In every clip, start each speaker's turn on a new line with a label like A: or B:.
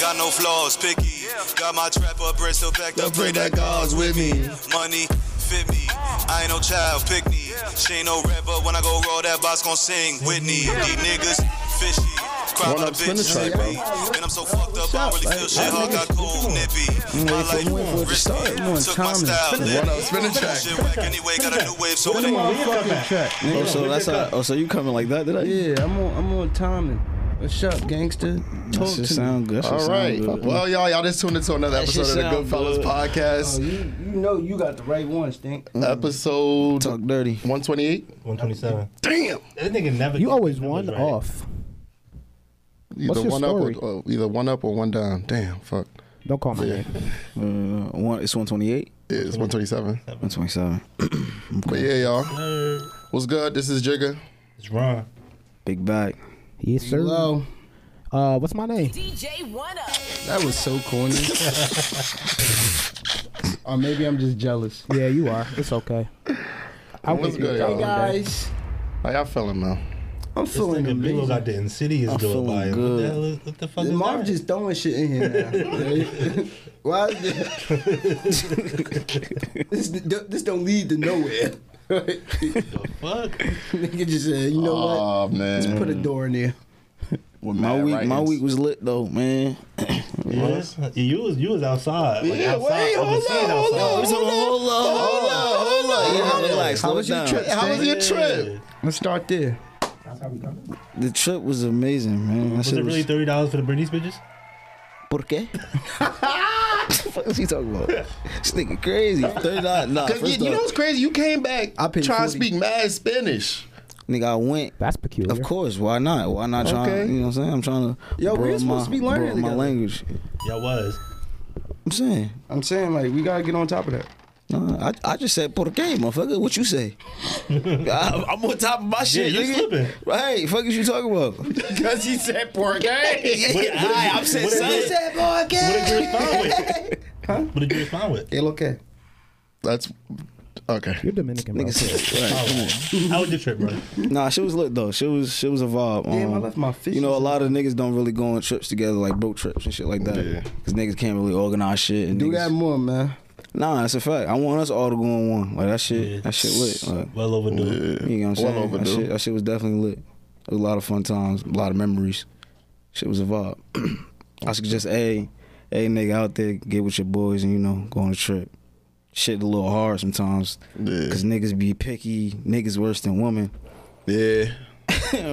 A: got no flaws, picky. Got my trap up, Bristol packed up, pray that God's with me. Money, fit me. I ain't no child, pick me. She ain't no rapper, when I go roll, that box gon' sing Whitney. These niggas, fishy. Cry
B: One
A: my
B: up spinach
A: bitch,
B: right,
A: trippy.
B: bro.
A: And I'm so fucked up, I
B: up,
A: really
B: like,
A: feel shit.
B: y'all
A: Hard
B: niggas,
A: got cold, nippy. My
C: wait for-
A: life,
C: wait for it to
A: risky.
C: start. You want
A: Took my
C: comments.
A: style,
C: Spin it.
A: live
B: One
A: it.
B: up spinach track.
A: Shit whack anyway, got a new wave, so it
C: Come
A: ain't
C: on, motherfucking track.
B: Oh, so that's how. Oh, so you coming like that today?
C: Yeah, I'm on. I'm on timing. What's up, gangster? Talk
B: That shit
C: to me.
B: sound good.
D: All right. Well, y'all, y'all just tuned into another
B: That shit
D: episode of the
B: sound
D: Goodfellas
B: good.
D: podcast,
C: Oh, you, you know you got the right one, Stink.
D: episode
B: talk dirty.
D: 128.
E: 127.
D: Damn.
E: That nigga never.
F: You
E: get
F: always
E: the
F: one
E: numbers right.
F: off.
D: Either
F: What's your
D: one
F: story?
D: up or, or either one up or one down. Damn. Fuck.
F: Don't call my name.
B: Uh, one, it's one twenty eight,
D: Yeah, it's 127.
B: one twenty seven.
D: But yeah, y'all. What's good? This is Jigga.
E: It's wrong.
B: Big bag.
F: Yes, sir.
C: Hello.
F: Uh, what's my name?
G: DJ One Up.
C: That was so corny. or maybe I'm just jealous.
F: Yeah, you are. It's okay. I
D: What's
F: went-
D: good,
C: Hey
D: y'all?
C: guys,
D: How y'all feeling, man?
C: I'm
E: This
C: feeling
E: nigga Bilo
C: amazing.
E: got the insidious
B: I'm
E: door by
B: feeling
E: him. What
B: good.
E: the hell is, what the fuck is
C: Marv
E: that?
C: just throwing shit in here now. Why? is This, this this don't lead to nowhere.
E: fuck?
C: Nigga just said, you know what?
D: Oh,
C: Just put
D: man.
C: a door in there.
D: We're
B: My
D: mad
B: week, my
D: writings.
B: week was lit though, man.
E: Yeah. You was you was outside. Like
D: Yeah,
E: outside.
D: wait,
E: on the
D: hold
E: scene
D: on, Oh, hold
E: outside.
D: on.
B: Hold on, hold on, hold on, hold on. Yeah, relax.
F: How
B: slow
F: was
B: it
F: your
B: down.
F: trip?
D: How was your trip?
C: Let's start there.
B: The trip was amazing, man. That
E: Was
B: shit
E: it really thirty dollars for the Britney's bitches?
B: Por qué? What is he talking about? This nigga crazy. Thirty dollars. Nah,
D: 'Cause
B: first
D: you, you know
B: off,
D: what's crazy? You came back
C: I paid
D: trying to
C: 40.
D: speak mad Spanish.
B: nigga, I went.
F: That's peculiar.
B: Of course, why not? Why not trying?
D: Okay.
B: You know what I'm saying? I'm trying to.
C: Yo, we
B: broaden
C: was supposed
B: my,
C: to be learning
B: broaden my
C: together.
B: language.
E: Yeah, it was.
B: I'm saying.
C: I'm saying like we gotta get on top of that.
B: Nah, I, I just said por qué, motherfucker. What you say? I, I'm on top of my shit,
E: you
B: nigga.
E: slipping.
B: Right? Fuck is you talking about?
D: Because he said pork. Hey.
B: Yeah, I, I'm saying.
E: what is
B: son.
E: it? What did you respond with? huh? What did you respond with?
C: It okay.
D: That's okay.
F: You're Dominican, bro.
B: Nigga said, right, come on.
E: How was your trip, bro?
B: Nah, she was lit though. She was she was a vibe. Um,
C: Damn, I left my fish.
B: You know, a lot of niggas don't really go on trips together, like boat trips and shit like that.
D: Yeah.
B: Cause niggas can't really organize shit. And
C: Do
B: niggas-
C: that more, man.
B: Nah, that's a fact. I want us all to go on one. Like that shit. That shit lit. Like,
E: Well overdue.
B: you know what I'm
D: Well
B: saying? That
D: overdue.
B: shit, that shit was definitely lit. It was a lot of fun times, a lot of memories. Shit was a vibe. I suggest a a nigga out there get with your boys and you know go on a trip. Shit a little hard sometimes,
D: Yeah.
B: cause niggas be picky. Niggas worse than women. uh,
D: Yeah.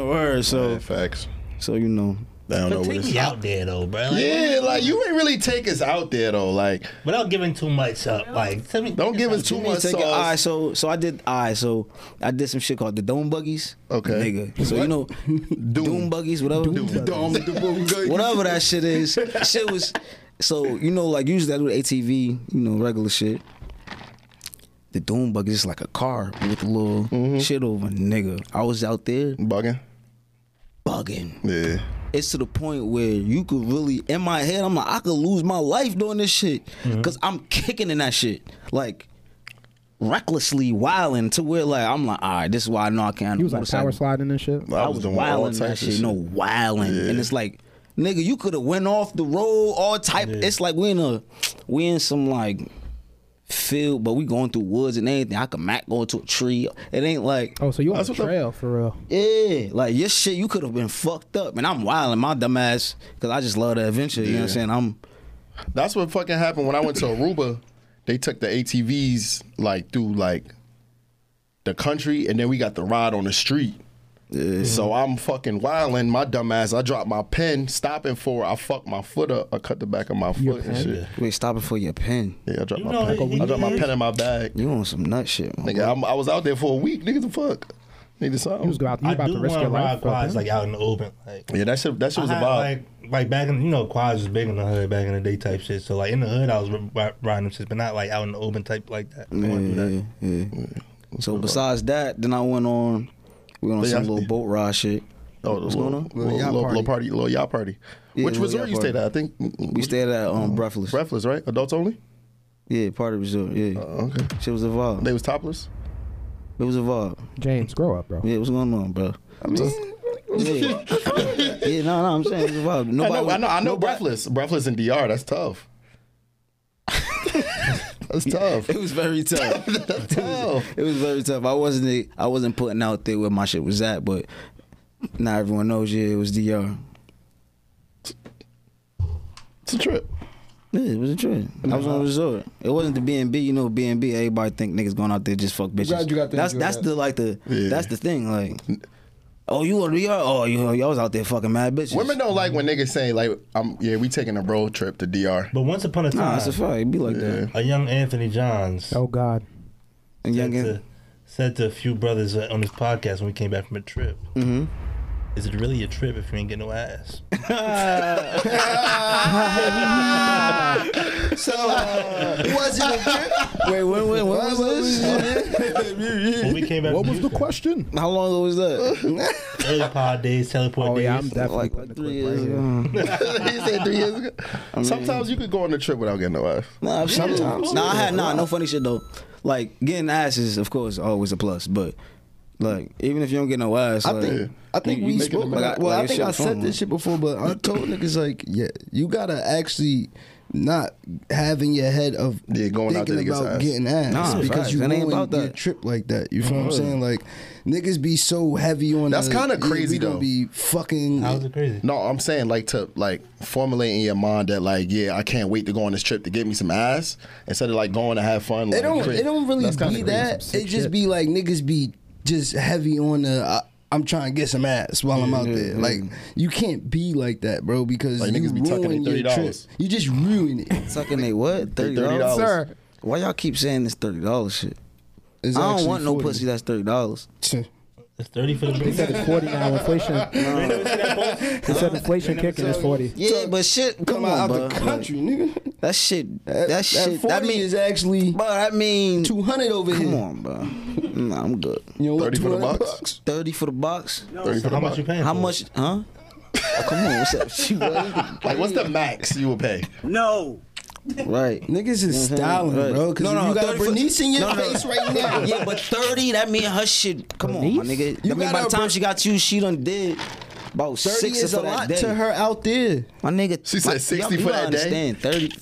B: Word. So
D: Yeah, facts.
B: so you know.
D: I don't know
E: But
D: what
E: take
D: it's
E: me out there though, bro. Like,
D: Yeah, like you ain't really take us out there though. Like,
E: Without giving too much up, like tell me.
D: don't give us too
B: You
D: much
B: take it. All right,
D: sauce.
B: so so I did. All right, so I did some shit called the dome buggies.
D: Okay.
B: nigga. So you know, doom, buggies, whatever, whatever that shit is. shit was. So you know, like usually I do the ATV, you know, regular shit. The doom buggy is like a car with a little
F: Mm-hmm.
B: shit over, nigga. I was out there
D: Bugging.
B: bugging.
D: Yeah.
B: It's to the point where you could really, in my head, I'm like, I could lose my life doing this shit,
F: Mm-hmm.
B: cause I'm kicking in that shit, like recklessly wilding to where like I'm like, all right, this is why I know I can't.
F: He was like power sliding and shit.
D: I
B: I was,
D: was doing all
B: wilding that
D: types of
B: shit.
D: shit.
B: No wilding, and it's like, nigga, you could have went off the road. All type. It's like we in a, we in some like field, but we going through woods and anything. I could Mac go into a tree. It ain't like.
F: Oh, so you on
D: That's
F: the
D: what the-
F: trail for real?
B: Yeah, like your shit, you could have been fucked up, and I'm wilding my dumb ass because I just love the adventure. You know what I'm
D: Yeah.
B: saying? I'm
D: That's what fucking happened when I went to Aruba. They took the ATVs like through like the country, and then we got the ride on the street. So I'm fucking wilding my dumb ass. I dropped my pen, stopping for it. I fucked my foot up. I cut the back of my foot and
F: pen?
D: shit.
B: wait stopping for your pen.
D: Yeah, I dropped
E: You
D: my
E: know,
D: pen.
E: he-
D: I dropped my
E: he-
D: pen in my bag.
B: You on some nut shit, man.
D: Nigga, I'm, I was out there for a week. Nigga, the fuck. Needed something.
F: He was about, you
E: I
F: about
E: do
F: to risk
E: want to
F: your
E: ride
F: life. for
E: quads
F: that.
E: like out in the open. Like
D: Yeah, that shit. That shit was
E: I had,
D: about.
E: like like back in you know quads was big in the hood back in the day type shit. So like in the hood I was ri- ri- riding them shit, but not like out in the open type like that. I
B: Yeah,
E: wanna do that.
B: yeah, yeah. So besides that, then I went on. We went on
D: They
B: some
D: asked
B: little
D: me-
B: boat ride shit.
D: oh, it was
B: going
D: little,
B: on?
D: little,
C: Little yacht
D: little, little party, little yacht party.
B: Yeah,
D: Which
B: little
D: resort
B: yacht
D: you stayed at?
B: party.
D: I think
B: We stayed at um Breathless.
D: Uh-huh. Breathless, right? Adults only.
B: yeah, part of resort. Yeah,
D: Okay.
B: shit was a vibe.
D: Uh-huh. They was topless.
B: it was a vibe.
F: James, grow up, bro.
B: Yeah, what's going on, bro?
C: I mean,
B: Yeah. Yeah, no, no, I'm saying it's a vibe.
D: I
B: Nobody,
D: know, I know, I know
B: nobody-
D: Breathless. Breathless and DR, that's tough. that's tough.
B: It was very tough.
D: That's tough.
B: it was very tough. I wasn't, I wasn't putting out there where my shit was at, but now everyone knows. Yeah, it was Dr.
D: It's a trip.
B: Yeah, it was a trip. I was
D: Uh-huh.
B: on a resort. It wasn't the B and B. You know, B and B. Everybody think niggas going out there just fuck bitches.
G: glad you got to
B: that's
G: enjoy
B: that's
G: that.
B: the like the
D: Yeah.
B: that's the thing. Like, oh, you on the Oh, you y'all was out there fucking mad bitches.
D: Women don't like when niggas saying like, "I'm yeah, we taking a road trip to DR."
E: But once upon a
B: Nah,
E: time,
B: it's a fact. It be like that.
E: a young Anthony Johns
F: Oh God.
B: And young
E: said, to, said to a few brothers uh, on his podcast when we came back from a trip, is it really a trip if you ain't get no ass?
B: so was it? Wait, when when when was this?
E: when we came back
F: What
E: from
F: was
E: Houston,
F: the question?
B: How long ago was that?
E: Early pod days, teleport
F: Oh
E: days.
F: yeah, I'm definitely
B: like,
F: putting
B: like
F: the
B: three
F: clip
B: years
F: right here.
B: ago.
D: he said three years ago. Sometimes you could go on a trip without getting no ass.
B: Nah, sometimes. Nah, I had nah, no funny shit though. Like getting ass is of course always a plus, but like even if you don't get no ass,
G: I
B: like,
G: think I think
B: you-
G: we
B: you
G: spoke.
B: making a-
G: about- well,
B: like,
G: I
B: it
G: think
B: should
G: I
B: be
G: said
B: fun.
G: this shit before, but I told niggas like, yeah, you gotta actually not have in your head of
D: Yeah, going out
G: thinking
D: there to get
G: about
D: some ass.
G: getting ass
B: Nah,
G: because
B: facts.
G: you
B: It ain't
G: ruin
B: about
G: your
B: that.
G: trip like that. You feel what I'm saying? Like niggas be so heavy on.
D: That's
G: the-
D: kinda
G: yeah,
D: crazy,
G: we gonna
D: though.
G: Be fucking.
E: How was it crazy?
D: No, I'm saying like to like formulate in your mind that like, yeah, I can't wait to go on this trip to get me some ass instead of like going to have fun. Like,
G: It don't.
D: crit.
G: It don't really
D: That's kinda
G: be
D: crazy.
G: that. It just be like niggas be just heavy on the. I, I'm trying to get some ass while I'm out there. Like you can't be like that, bro, because
D: Mm-hmm, Like,
G: you
D: niggas be tucking
G: ruin
D: in
G: your trip.
D: $30.
G: You just ruin it.
B: Sucking they what? Thirty
D: $30.
B: dollars.
F: Sir.
B: Why y'all keep saying this thirty dollars shit?
G: It's
B: I don't
G: actually
B: want no
G: 40.
B: pussy that's thirty dollars.
E: It's 30 for the
F: He said it's forty now. Inflation. He said inflation kicking is forty.
B: Yeah, but shit, come
G: Come out
B: on,
G: the
B: bro.
G: country, nigga.
B: That shit, that,
G: That, that
B: shit,
G: 40
B: that means,
G: is actually
B: bro. That means,
G: two hundred over
B: come
G: here.
B: on, bro. Nah, I'm good.
G: You know what?
D: 30 for the
G: 200
D: box?
G: bucks.
B: Thirty for the box.
D: Thirty for
E: How
D: the
E: much
D: buck.
E: you paying?
B: How
E: for it?
B: much? Huh? Oh, come on, what's up? She was-
D: Like, what's the max you would pay?
B: right.
G: Niggas is
B: Mhm,
G: styling,
B: right.
G: bro. Cause
B: No,
G: if
B: no,
G: you got
B: 30
G: a
B: for-
G: Bernice in your
B: no, no.
G: face right now.
B: Yeah, but thirty, that mean her shit. Come on, my nigga.
G: You
B: That mean by the
G: gotta-
B: time she got you, she done did about
G: 30
B: six
G: is a
B: for that
G: lot
B: day.
G: to her out there.
B: My nigga,
D: She said
B: my-
D: 60
B: y'all-
D: for
B: you
D: that
B: gotta
D: day?
B: Understand thirty?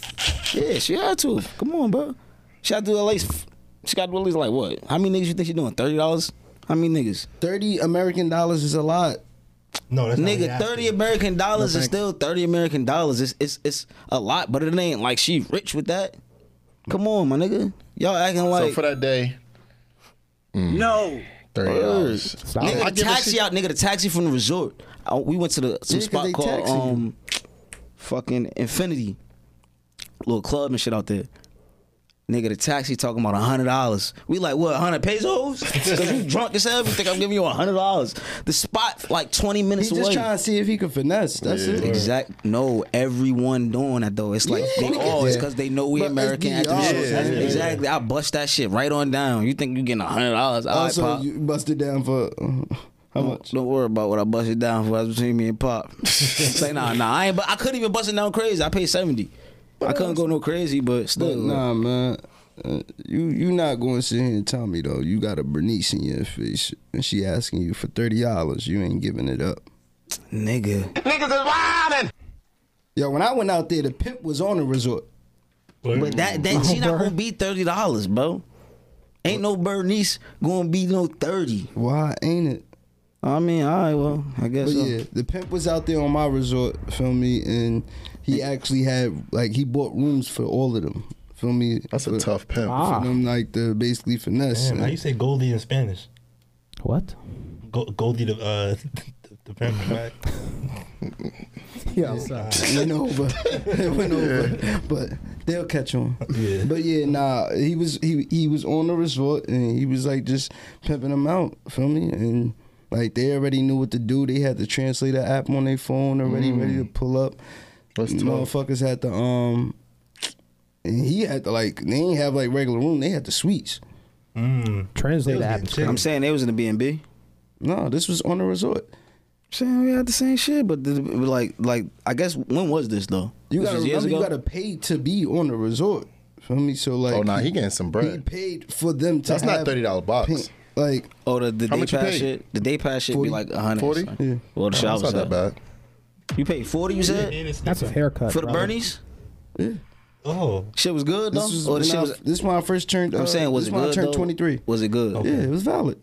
B: Yeah, she had to. Come on, bro. She had to do at least. She got to do at least like what? How many niggas you think she doing? Thirty dollars? How many niggas?
G: 30 American dollars is a lot.
E: No, that's not what he
B: Nigga,
E: asked
B: thirty
E: me.
B: American dollars is still thirty American dollars. It's it's it's a lot, but it ain't like she rich with that. Come on, my nigga. Y'all acting
D: So
B: like
D: for that day,
A: No.
D: thirty dollars.
B: Nigga,
D: I
B: the
D: give a
B: taxi
D: shit.
B: out, nigga, the taxi from the resort. I, we went to the
G: Yeah,
B: some
G: 'cause
B: spot
G: they
B: called
G: taxi you.
B: um, fucking Infinity, little club and shit out there. Nigga, the taxi talking about hundred dollars. We like what hundred pesos? Cause you drunk as hell. You think I'm giving you hundred dollars? The spot like twenty minutes
G: He's just
B: away.
G: trying to see if he can finesse. That's it.
B: Exact. No, everyone doing that though. It's like
G: Yeah,
B: they
G: nigga,
B: all. It's
G: yeah.
B: because they know we
G: But it's
B: American.
G: the
B: at the
G: odds,
B: resort.
D: Yeah, yeah, yeah.
B: exactly. I bust that shit right on down. You think you getting hundred dollars?
G: Also, you busted down for uh,
E: Oh,
G: how much?
B: Don't worry about what I busted down for. That's between me and Pop. Say nah, nah. I ain't. But I couldn't even bust it down crazy. I paid seventy. I couldn't go no crazy, but
G: But
B: still.
G: nah, man. Uh, you you not going to sit here and tell me though. You got a Bernice in your face, and she asking you for thirty dollars. You ain't giving it up.
B: nigga.
G: Yo, when I went out there, the pimp was on the resort.
B: But that then she not gonna be thirty dollars, bro. Ain't no Bernice gonna be no thirty.
G: Why ain't it?
B: I mean, all right, well, I guess.
G: But
B: so.
G: yeah, the pimp was out there on my resort, feel me, and he actually had like he bought rooms for all of them, feel me.
D: That's a
G: For-
D: tough pimp.
G: For
F: Ah.
G: them like the basically finesse.
E: Damn, how you say Goldie in Spanish?
F: What?
E: Go- Goldie the uh, the, the pimp, right?
F: Yo.
G: went over. it went over. But they'll catch on.
E: Yeah.
G: But yeah, nah, he was he he was on the resort and he was like just pimping them out, feel me? And like they already knew what to do. They had the translator app on their phone already ready to pull up.
D: Mm. That's tough.
G: Motherfuckers had to um and he had to like they ain't have like regular room, they had the suites.
E: Mm.
F: Translate
E: They was
F: app.
E: getting chicken.
B: I'm saying they was in the B and B.
G: No, this was on the resort.
B: Saying we had the same shit, but the- like, like I guess when was this though?
G: You
B: This
G: gotta
B: was years
G: remember you
B: ago?
G: gotta pay to be on the resort. Feel me? So like
D: Oh, nah, he getting some
G: He
D: bread.
G: paid for them to
D: That's not
G: have
D: $30 box.
G: pink- Like
B: Oh, the, the
D: How
B: day
D: much you
B: pass
D: paid?
B: shit. The day pass shit
G: 40?
B: be like a hundred.
D: 40?
B: Well, the shit I
D: That's
B: was
D: not that
B: at.
D: bad.
B: You paid forty. You said
E: And it's-
F: That's a haircut.
B: for the
F: brother.
B: Bernies.
E: Oh,
B: Shit was good though.
G: This was,
B: or the
G: when
B: shit
G: I,
B: was.
G: this when I first turned. uh,
B: I'm saying was
G: this
B: it
G: when
B: good
G: I turned Oh.
B: though?
G: 23.
B: Was it good?
G: Yeah, it was valid.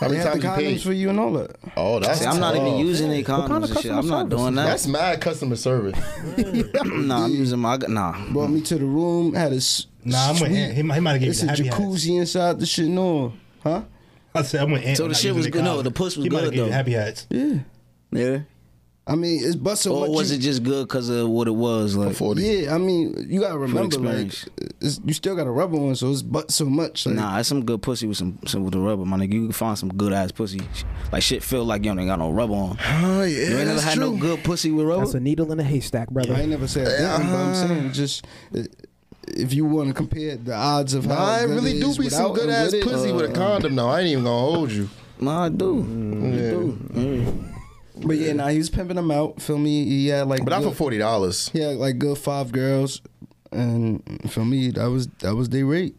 D: How
G: They
D: many
G: had the
D: times you
G: condoms
D: paid?
G: for you and all that.
D: Oh, that's
B: See, I'm not even
D: tough.
B: using any
F: What kind
B: condoms
F: of
B: and shit.
F: customer
B: I'm not
F: service
B: doing
F: is
B: that.
D: That's mad customer service.
B: Nah, I'm using my nah.
G: Brought me to the room. Had a s-
E: nah, I'm with
G: sweet-
E: Ant. He, might- he might have given
G: It's
E: you
G: a
E: the happy hats.
G: jacuzzi inside the shit. No, huh?
E: I said I'm with Ant.
B: So the
E: not
B: shit
E: using
B: was good. No,
E: condom.
B: the puss was
E: he might have
B: good,
E: given you
B: though.
E: Happy hats.
G: Yeah.
B: Yeah.
G: I mean, it's but so
B: Or
G: much.
B: was
G: you-
B: it just good because of what it was? Like,
D: Forty.
G: Yeah, I mean, you gotta remember, like,
B: experience.
G: it's, you still got a rubber on, so it's but so much. Like,
B: nah, it's some good pussy with some, some with the rubber, my nigga. You can find some good ass pussy. Like shit feel like you don't even got no rubber on.
D: Oh yeah,
B: you ain't never had no good pussy with rubber.
F: That's a needle in a haystack, brother.
G: I ain't never said that, but I'm saying
D: Uh-huh.
G: just uh, if you want to compare the odds of how
D: Nah, I
G: good
D: really
G: it
D: do
G: is
D: be some
G: without
D: good
G: and
D: ass
G: with it,
D: pussy
G: uh,
D: with a condom. though. I ain't even gonna hold you.
B: nah, I do. I do. Mm.
G: But yeah, nah, he was pimping them out. Feel me? He had like,
D: But I'm for
G: good,
D: forty dollars.
G: he had like good five girls, and for me, that was that was their rate,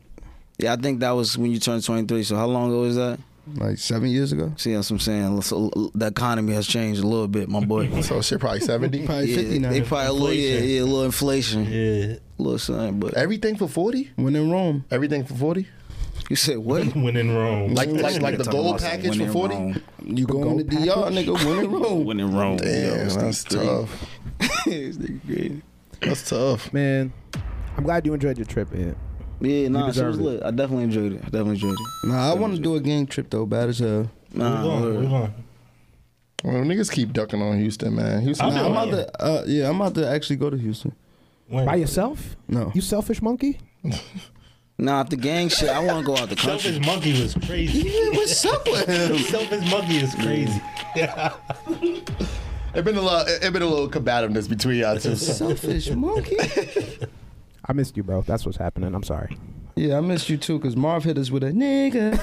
B: Yeah, I think that was when you turned 23. So how long ago was that?
G: like seven years ago.
B: See, that's what I'm saying. So l- the economy has changed a little bit, my boy.
D: So shit, probably seventy.
G: Probably
B: Yeah,
G: fifty now.
B: they probably a little, yeah,
E: Inflation.
B: yeah, a little inflation,
E: Yeah,
B: a little something. But
D: Everything for forty.
G: when in Rome,
D: Everything for forty.
B: you said what?
E: when in Rome.
D: Like like like the
B: Talking
D: gold
B: about some
D: package
B: winning
D: for forty.
B: Rome.
G: you go in the DR, nigga. When in Rome,
B: Winning Rome.
D: Damn, that's tough.
B: This nigga crazy.
D: That's tough.
F: Man, I'm glad you enjoyed your trip, man.
B: Yeah, nah, she was
F: deserved it.
B: lit. I definitely enjoyed it. I definitely enjoyed it.
G: Nah, I want to do a gang trip though, bad as hell.
E: Where we
B: Nah,
E: going? Where we
B: word.
E: going?
D: Well, niggas keep ducking on Houston, man. Houston,
E: I'm
G: Nah, I'm
E: doing
G: about to, uh, yeah, I'm about to actually go to Houston.
E: When?
F: By yourself?
G: No.
F: You selfish monkey?
B: nah, if the gang shit, I want to go out the country.
E: Selfish monkey was crazy.
G: What's up with him?
E: Selfish monkey is crazy.
D: it been a lot. It been a little combativeness between y'all two.
G: Selfish monkey.
F: I missed you, bro. That's what's happening. I'm sorry.
G: Yeah, I missed you too, cause Marv hit us with a nigga.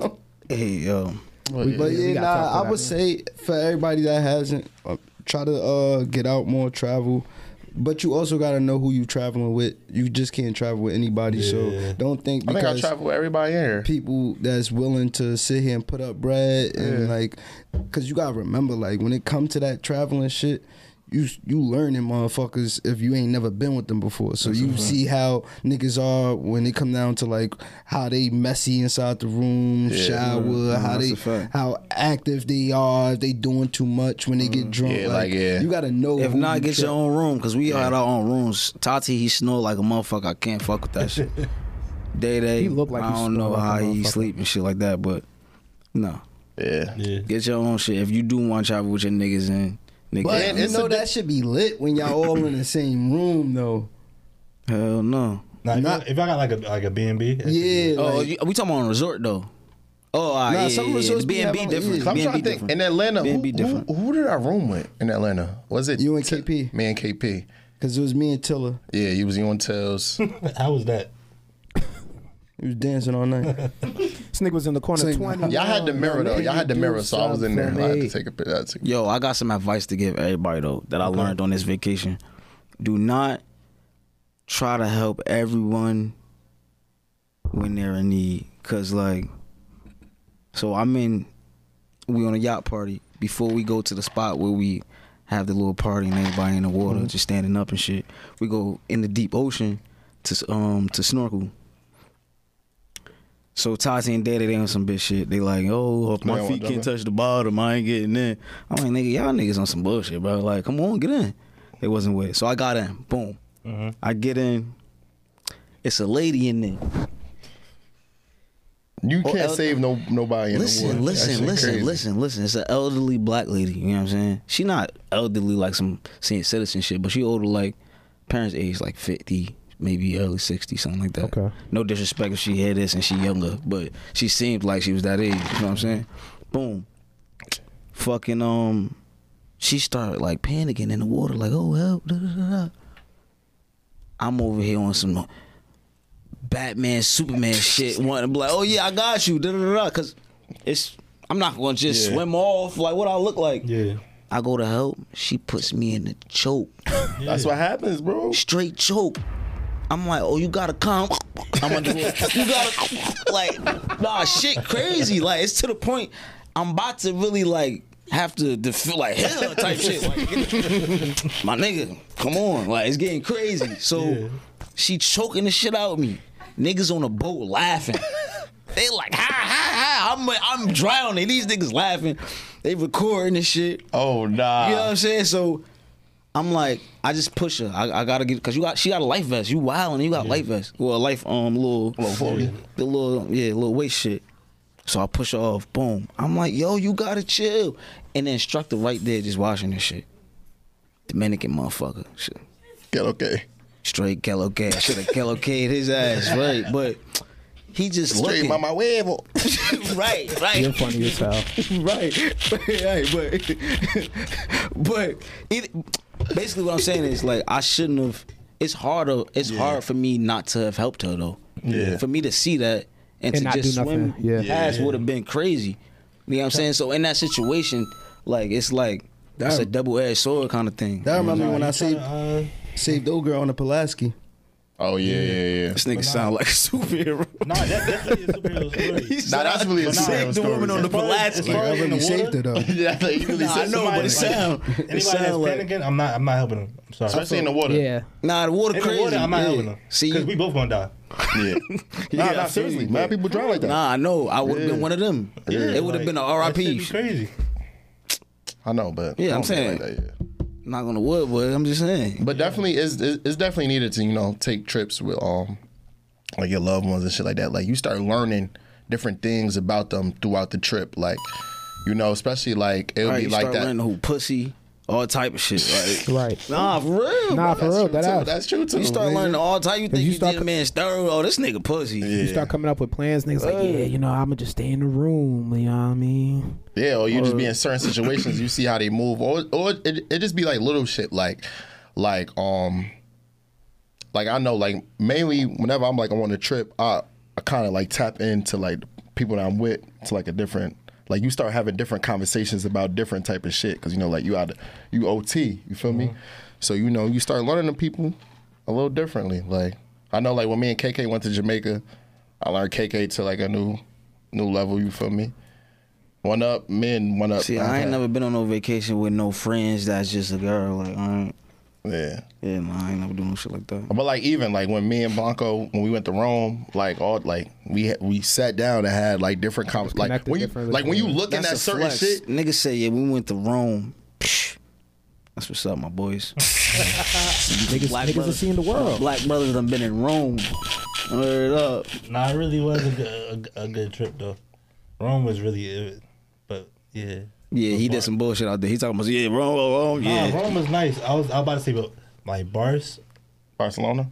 F: Oh,
B: Hey, yo.
G: But yeah,
F: we gotta talk
G: nah,
F: about
G: I would
F: that.
G: say for everybody that hasn't, uh, try to uh, get out more, travel. But you also gotta know who you traveling with. You just can't travel with anybody.
E: Yeah.
G: So don't think
D: I
G: because
D: think I travel with everybody in here.
G: people that's willing to sit here and put up bread and like, cause you gotta remember like when it come to that traveling shit. You, you learning motherfuckers if you ain't never been with them before. So you see how niggas are when they come down to like how they messy inside the room, shower, how
B: that's
G: they
B: a fact.
G: how active they are, if they doing too much when they
B: Mm.
G: get drunk.
D: Yeah,
G: like,
D: like, yeah.
G: you gotta know.
B: If
G: who
B: not,
G: you
B: get
G: tra-
B: your own room, because we all had our own rooms. Tati, he snore like a motherfucker. I can't fuck with that shit. Day Day,
F: He look like
B: I
F: he
B: don't
F: snore
B: know
F: like a
B: how he
F: motherfucker.
B: sleep and shit like that, but no.
D: Yeah.
E: Yeah.
B: Get your own shit. If you do want to travel with your niggas in, nigga,
G: But
D: And
G: you
D: it's
G: know
D: a di-
G: that should be lit when y'all all in the same room though.
B: hell no.
E: Nah, if,
G: Not-
E: I, if I got like a like a B and B,
G: Yeah,
B: Oh,
G: like-
B: you- we talking about a resort though. Oh, all right,
G: Nah,
B: yeah,
G: some
B: yeah,
G: resorts
B: yeah.
G: be
B: B and B
G: having-
B: different.
G: yeah.
D: I'm
B: B and
D: trying
B: B
D: to think.
B: different.
D: In Atlanta, who,
B: B&B different.
D: who, who did I room with in Atlanta? Was it
G: You and
D: T-
G: KP.
D: Me and KP.
G: Cause it was me and Tilla.
D: Yeah, you was on tails.
E: how was that?
G: He was dancing all night.
F: This nigga was in the corner
G: Sing.
F: 20.
D: Y'all had the mirror though. Y'all had the mirror, so I was in there. I had to
F: Hey.
D: take a picture.
B: Yo, I got some advice to give everybody though that I learned on this vacation. Do not try to help everyone when they're in need, cause like, so I'm in. We on a yacht party before we go to the spot where we have the little party and everybody in the water just standing up and shit. We go in the deep ocean to s- um to snorkel. So Tati and Daddy, they on some bitch shit. They like, oh, if my
D: Yeah,
B: feet can't
D: whatever.
B: touch the bottom. I ain't getting in. I'm like, nigga, y'all niggas on some bullshit, bro. Like, come on, get in. They wasn't with. it. So I got in. Boom. I get in. It's a lady in there.
D: You
B: Oh,
D: can't
B: El-
D: save no nobody in the
B: Listen,
D: woods. That
B: listen,
D: shit
B: listen,
D: crazy.
B: listen, listen. It's an elderly black lady. You know what I'm saying? She not elderly like some senior citizen shit, but she older like parents' age, like 50, maybe early 60, something like that.
F: Okay.
B: No disrespect if she hear this and she younger, but she seemed like she was that age. You know what I'm saying? Boom. Fucking um, she started like panicking in the water, like oh help. Da, da, da, da. I'm over here on some Batman, Superman shit. Want to be like, oh yeah, I got you, da da da, da, cause it's I'm not gonna just
E: Yeah.
B: swim off like what I look like.
E: Yeah,
B: I go to help. She puts me in the choke,
D: That's what happens, bro.
B: straight choke. I'm like, oh, you gotta come. I'm under it. You gotta like, nah, shit, crazy. Like it's to the point. I'm about to really like have to def- feel like hell type shit. Like, my nigga, come on, like it's getting crazy. So she choking the shit out of me. Niggas on the boat laughing. they like ha ha ha. I'm I'm drowning. These niggas laughing. They recording this shit.
D: Oh nah.
B: You know what I'm saying? So I'm like, I just push her. I, I gotta get because you got she got a life vest. You wilding. You got a life vest. Well, a life um little the little yeah little waist shit. So I push her off. Boom. I'm like, yo, you gotta chill. And the instructor right there just watching this shit. Dominican motherfucker. Shit.
D: Get okay.
B: Straight Kello K. Should have Kello K his ass, right? But he just
D: Straight
B: looking.
D: mama huevo.
B: right, right.
F: You're funny as hell.
B: right, right, but but it basically what I'm saying is like I shouldn't have. It's harder. It's hard for me not to have helped her though.
D: Yeah.
B: For me to see that and,
F: And
B: to
F: not
B: just
F: do
B: swim
F: nothing. Yeah.
B: past would have been crazy. You know what I'm saying? So in that situation, like it's like it's a double edged sword kind of thing.
G: That reminds me when I saved
E: Uh,
G: saved old girl on the Pulaski.
D: Oh yeah, yeah, yeah.
B: this nigga sound like a superhero.
E: nah, that definitely is a superhero story.
D: Nah, that's really a
E: But nah,
D: superhero
E: the
D: story.
B: woman on the
D: bro.
E: As
B: Pulaski.
E: far
G: I
E: as in the
G: really saved her
E: water,
G: though.
D: yeah, I really
B: Nah, I
D: said
B: know,
D: somebody
B: but it
D: like-
B: sound it
E: Anybody that's
B: sound like
E: panicking, I'm not. I'm not helping them. I'm sorry.
D: Especially in the water.
F: Yeah.
B: nah. The water
E: In
B: crazy.
E: the water, I'm not
B: yeah.
E: helping them.
B: See,
E: because we both gonna die.
D: Yeah. nah, nah, seriously. Mad people drown like that.
B: Nah, I know. I would have been one of them. It would have
E: Like,
B: been a RIP.
E: that shit be Crazy.
D: I know, but
B: Yeah,
D: I
B: I'm
D: don't think
B: saying.
D: Like that, yeah.
B: Not gonna wood, but I'm just saying.
D: But definitely, it's, it's it's definitely needed to you know take trips with um like your loved ones and shit like that. Like you start learning different things about them throughout the trip. Like you know, especially like it'll
B: All right,
D: be
B: you
D: like
B: start
D: that.
B: learning who pussy, all type of shit. Like,
F: Right.
B: nah, for real. bro.
F: Nah, for real,
D: true,
F: that
D: too.
F: ass.
D: That's true too.
B: you start learning all type. You think
F: you
B: you,
F: start-
B: did a man's thorough. Oh, this nigga pussy.
F: You start coming up with plans, niggas like, yeah, you know, I'ma just stay in the room, you know what I mean?
D: Yeah, or you just be in certain situations, you see how they move, or or it it just be like little shit, like like um, like I know, like mainly whenever I'm like I'm on a trip, I I kind of like tap into like people that I'm with to like a different. Like you start having different conversations about different type of shit because you know like you out you OT you feel
B: Mm-hmm.
D: me, so you know you start learning the people a little differently. Like I know like when me and KK went to Jamaica, I learned KK to like a new new level. You feel me? One up, men, one up.
B: See, I ain't
D: had-
B: never been on no vacation with no friends. That's just a girl. Like, I ain't,
D: Yeah.
B: yeah, man, I ain't never doing no shit like that.
D: But like even like when me and Blanco when we went to Rome, like all like we had, we sat down and had like different com- like
F: connected
D: when you
F: differently.
D: like when you looking
B: That's
D: at
B: a
D: certain
B: flex.
D: shit.
B: Niggas say, yeah, we went to Rome. Psh. That's what's up, my boys.
F: Niggas, niggas are seeing the world.
B: Black brothers done been in Rome. Word up.
E: Nah, it really was a good, a, a good trip though. Rome was really, it, but yeah.
B: Yeah, he did some bullshit out there. He talking about yeah, wrong, wrong, wrong.
E: Nah,
B: Yeah.
E: Rome was nice. I was, I was about to say, but like bars,
D: Barcelona.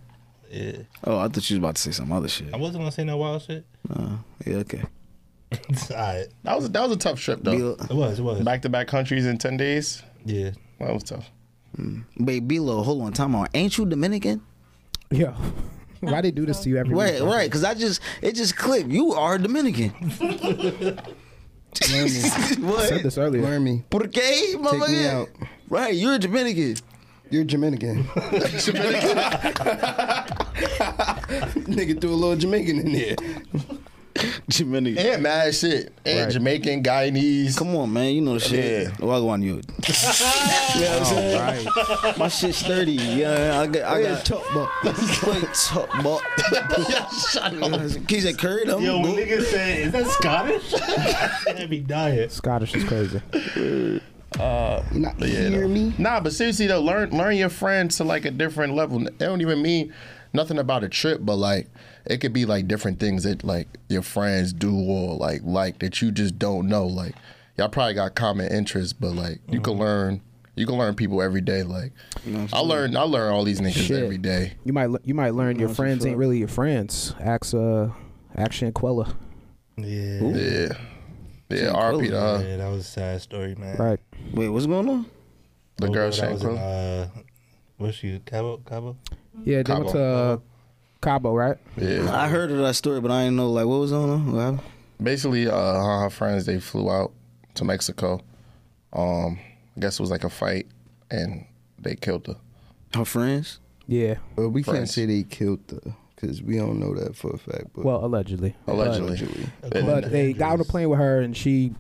E: yeah.
B: Oh, I thought you was about to say some other shit. Uh,
E: I wasn't gonna say no wild shit.
B: Yeah, okay.
E: All right,
D: That was that was a tough trip though.
E: it was, it was.
D: Back to back countries in ten days.
E: Yeah,
D: That was tough.
B: Wait, Bilo, hold on, time out. Ain't you Dominican?
F: Yeah. Why they do this to you every
B: Right,
F: week? bro?
B: right. Because I just it just clicked. You are Dominican.
G: Learn me,
F: I said
B: what?
F: this earlier.
G: learn me.
B: Por qué,
G: Take me
B: motherfucker?
G: out.
B: Right, you're a Dominican.
G: You're Jamaican. Nigga threw a little Jamaican in there.
B: Dominican.
D: And mad shit. And
F: Right.
D: Jamaican, Guyanese.
B: Eh, Come on, man. You know the shit. Oh,
D: Yeah.
B: Wagwan you. You know what I'm
F: Oh,
B: saying? My shit's sturdy. Yeah, I got. I got top buck. Wait, top buck. He said curry. though?
E: yo, when niggas say, is that Scottish? I'd be dying.
F: Scottish is crazy.
G: You not
D: Yeah,
G: hear
D: though.
G: me?
D: Nah, but seriously though, learn learn your friends to like a different level. It don't even mean nothing about a trip, but like it could be like different things that like your friends do or like like that you just don't know. Like y'all probably got common interests, but like you
E: Mm-hmm.
D: can learn you can learn people every day. Like I learn I learn all these niggas
F: Shit.
D: every day.
F: You might le- you might learn your friends ain't really your friends. Ax uh Action Quella.
E: Yeah,
D: Yeah. Yeah, RP to uh,
B: Uh.
D: her.
E: yeah, that was a sad story, man.
F: Right.
B: Wait, what's going on?
D: The girl
E: that was in,
D: Shankwilla.
E: uh, what's she? Cabo, Cabo.
F: Yeah, they went
D: Cabo.
F: to uh, Cabo, right?
D: Yeah.
B: I heard of that story, but I didn't know like what was going on. What happened?
D: basically uh her her friends they flew out to mexico um i guess it was like a fight and they killed her
B: Her friends.
F: Yeah.
G: Well, we can't
D: Friends.
G: say they killed the, because we don't know that for a fact. But
F: Well, allegedly.
D: allegedly
E: According
F: But
E: to
F: they got on a
E: Andrews.
F: plane with her and she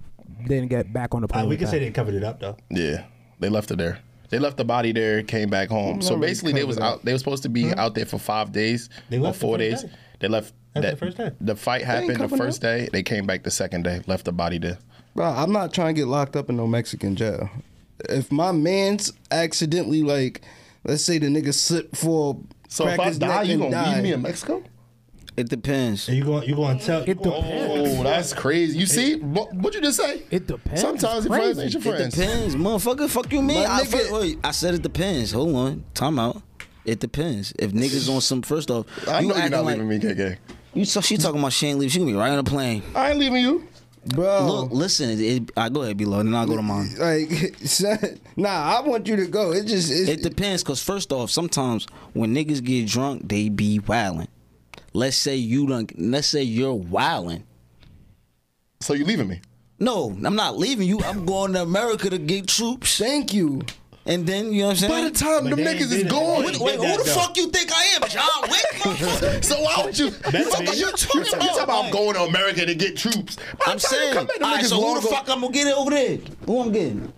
F: didn't get back on the plane.
E: Uh, we
F: with
E: can say
F: that.
E: they covered it up though.
D: Yeah, they left her there. They left the body there, came back home. So basically, they was out. They were supposed to be out there for five days
E: They
D: or
E: left the
D: four days.
E: first day.
D: They left
E: That's
D: that-
E: the first day.
D: The fight happened the first day. They came back the second day. Left the body there.
G: Bro, I'm not trying to get locked up in no Mexican jail. If my man's accidentally like, let's say the nigga slipped for
D: So if I die, you gonna leave me in Mexico?
B: It depends.
E: And you going you going to tell?
F: It depends.
D: Oh, that's crazy. You see what what you just say?
F: It depends.
D: Sometimes your
F: Crazy.
D: friends ain't your
B: It
D: friends.
B: depends, motherfucker. Fuck you, mean?
D: My
B: I,
D: nigga-
B: fu- wait, I said it depends. Hold on, time out. It depends. If niggas on some, first off,
D: I
B: you
D: know you're
B: acting
D: not
B: like
D: leaving me, KK.
B: you. So she talking about she ain't leave. She gonna be right on the plane.
D: I ain't leaving you.
G: bro.
B: Look, listen. It, it, I go ahead, below, and then I will go to mine.
G: like, son, nah, I want you to go. It just it's,
B: It depends, cause first off, sometimes when niggas get drunk, they be wildin'. Let's say you done. Let's say you're wildin'.
D: So you leaving me?
B: No, I'm not leaving you. I'm going to America to get troops,
G: thank you.
B: and then you know what I'm
D: By
B: saying.
D: the time
E: But
D: them
E: they
D: niggas
E: ain't
D: is
E: did it.
D: gone,
E: They ain't
B: Wait,
E: did
B: who
E: that,
B: the
E: though.
B: fuck you think I am, John Wick? motherfucker?
D: So why would you? Fuck,
E: That's me.
D: you talking about? You talking about I'm going to America to get troops? By the
B: I'm
D: time you
B: saying,
D: come back, them
B: all right.
D: niggas
B: So who
D: long
B: the
D: gone.
B: fuck I'm gonna get over there? Who I'm getting?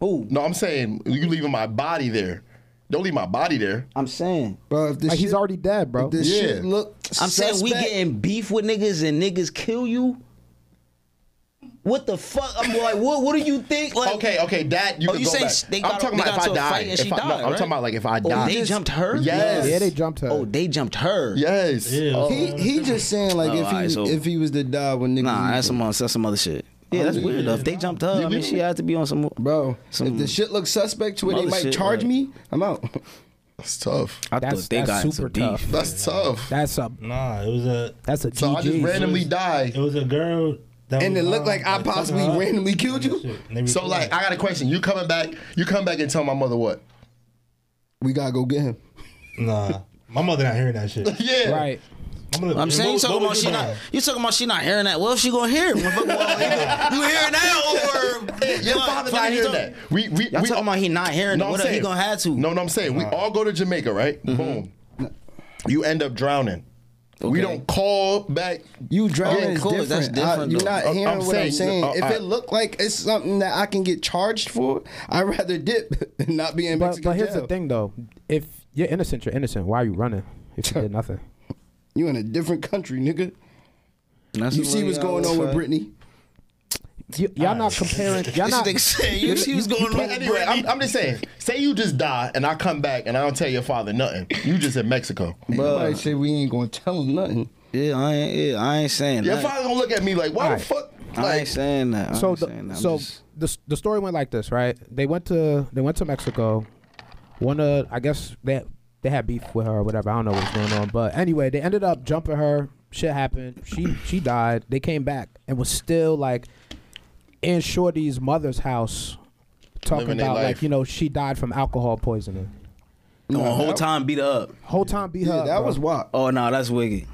B: Who?
D: No, I'm saying you leaving my body there. Don't leave my body there.
B: I'm saying.
G: Bro, if this
F: Like
G: shit,
F: he's already dead, bro.
G: this
D: Yeah.
G: shit look.
B: I'm saying we
G: suspect,
B: getting beef with niggas and niggas kill you. What the fuck? I'm like, what? What do you think? Like,
D: Okay, okay, that you
B: Oh,
D: can
B: you
D: go
B: saying
D: back.
B: sh- they
D: I'm
B: got-
D: talking
B: they
D: about
B: got
D: if
B: to
D: I
B: a
D: die.
B: fight and
D: If
B: she
D: I, no,
B: died,
D: I'm
B: right?
D: talking about like if I
B: Oh,
D: die.
B: they jumped her.
D: Yes.
F: yeah, they jumped her.
B: Oh, they jumped her.
D: Yes.
E: Yeah.
D: Oh,
G: He he just saying like
B: Oh,
G: if he
B: alright, so-
G: if he was to die when niggas
B: Nah,
G: was-
B: that's some other, that's some other shit. Yeah, that's weird though. If they jumped her, I mean, she had to be on some.
G: Bro,
B: Some-
G: if the shit looks suspect to where
B: some
G: they
B: other
G: might
B: shit,
G: charge
B: like-
G: me, I'm out.
D: that's tough.
B: I
F: That's-
B: thought they
F: that's
B: got in
F: super
B: some beef.
D: That's tough.
F: That's a
E: Nah, it was a
F: that's a
D: So I just
F: GG.
D: randomly
E: it
D: die.
E: was a girl. That
G: And
E: was,
G: it looked
E: um,
G: like I
E: fucking
G: possibly
E: her up.
G: randomly killed you?
E: Shit, and they
D: So
E: recorded
D: like,
E: it.
D: I got a question. You coming back? You come back and tell my mother what?
G: We gotta go get him.
E: nah, my mother not hearing that shit. My
D: Yeah.
F: right.
E: mother-
B: I'm saying you
E: what-
B: talking
E: what
B: about
E: was
B: she
E: your
B: not
E: plan?
B: you talking about she not hearing that. Well, if she gonna hear it, motherfucker, well, either you hearing that or
D: Your father not hearing that. We we
B: Y'all
D: we
B: talking about he not hearing it.
D: I'm
B: What up? He gonna have to.
D: No, no, I'm saying we all go to Jamaica, right?
B: Mm-hmm.
D: Boom. You end up drowning. We don't call back.
G: You drowning
B: Oh,
G: is
B: of course,
G: different.
B: that's different,
G: I- you're
B: though.
G: not
D: I'm-
G: hearing
D: I'm
G: what I'm
D: saying,
G: saying.
D: uh,
G: if
D: I-
G: it look like it's something that I can get charged for, I'd rather dip and not be in
F: But
G: Mexican
F: but here's
G: jail.
F: the thing though, if you're innocent, you're innocent. Why are you running if you did nothing?
G: You in a different country, nigga.
B: That's
G: You
B: the
G: see
B: way
G: what's
B: y'all
G: going on
B: was
G: with
B: fighting.
G: Britney?
F: You, y'all all not comparing. Y'all not.
B: This nigga said, you see what's going on.
D: But anyway, I'm, I'm just saying. Say you just die, and I come back, and I don't tell your father nothing. You just in Mexico.
G: Nobody say we ain't gonna tell him nothing.
B: Yeah, I ain't. Yeah, I ain't saying
D: Your
B: that.
D: father gonna look at me like, why the
F: Alright.
D: fuck?
B: I ain't
D: Like,
B: saying that. I
F: So
B: ain't
F: the
B: saying that. I'm
F: so
B: just-
F: the s- the story went like this, right? They went to they went to Mexico. One of I guess they they had beef with her or whatever. I don't know what's going on, but anyway, they ended up jumping her. Shit happened. She she died. They came back and was still like in Shorty's mother's house, talking
D: Living their
F: about
D: life.
F: like you know she died from alcohol poisoning.
B: no, whole time beat her up.
F: Whole time beat her.
G: Yeah,
F: up,
G: that
F: bro.
G: was wild.
B: Oh no, that's wicked.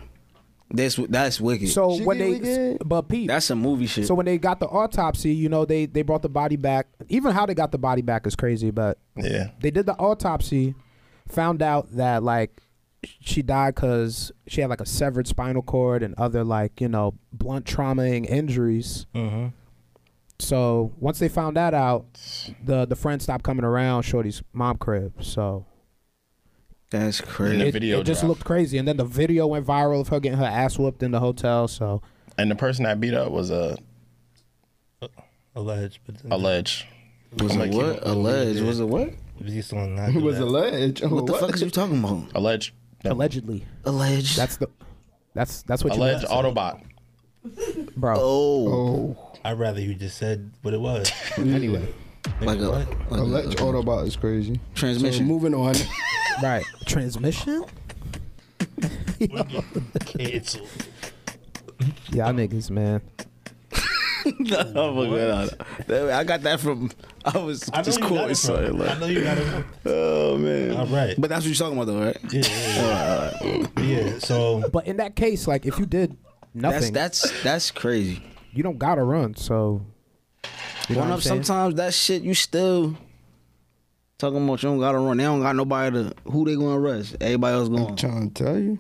B: That's that's wicked.
F: So
G: She
F: when
G: did
F: they,
G: it again?
F: but Pete,
B: that's some movie shit.
F: So when they got the autopsy, you know, they they brought the body back. Even how they got the body back is crazy, but
D: yeah.
F: they did the autopsy, found out that like she died because she had like a severed spinal cord and other like you know blunt traumaing injuries.
D: Mm-hmm.
F: So once they found that out, the the friend stopped coming around Shorty's mom crib. So
B: that's crazy.
D: The
F: it,
D: video
F: it just
D: dropped.
F: looked crazy, and then the video went viral of her getting her ass whooped in the hotel. So
D: And the person that beat up was uh,
E: alleged, but then-
D: alleged.
B: was it what? Alleged? Was it what?
E: If you still not do
G: It was Oh,
E: that.
G: a ledge.
B: What the fuck is you talking about?
D: Alleged.
F: allegedly,
B: Alleged.
F: that's the that's that's what
D: Alleged
F: you
D: Autobot.
F: bro.
B: oh,
G: Oh,
E: I'd rather you just said what it was.
F: Anyway,
B: like a, like
E: What?
G: a
B: a-
G: ledge Oh. Autobot is crazy. So
B: transmission.
G: moving on.
F: right? Transmission.
E: It's
F: Y'all niggas, man.
B: oh my god, That- I got that from. I was
E: I know
B: just
E: you got
B: quoting
E: it from.
B: something.
E: I
B: Like,
E: know you got it. From.
B: oh man.
E: All right.
B: But that's what you're talking about, though, right?
E: Yeah, yeah, yeah. yeah. So
F: But in that case, like if you did
B: That's
F: nothing,
B: that's that's crazy.
F: you don't gotta run. So you know
B: One
F: what I'm
B: up,
F: saying?
B: sometimes that shit you still talking about. You don't gotta run. They don't got nobody to who they gonna arrest. Everybody else going.
G: trying to tell you.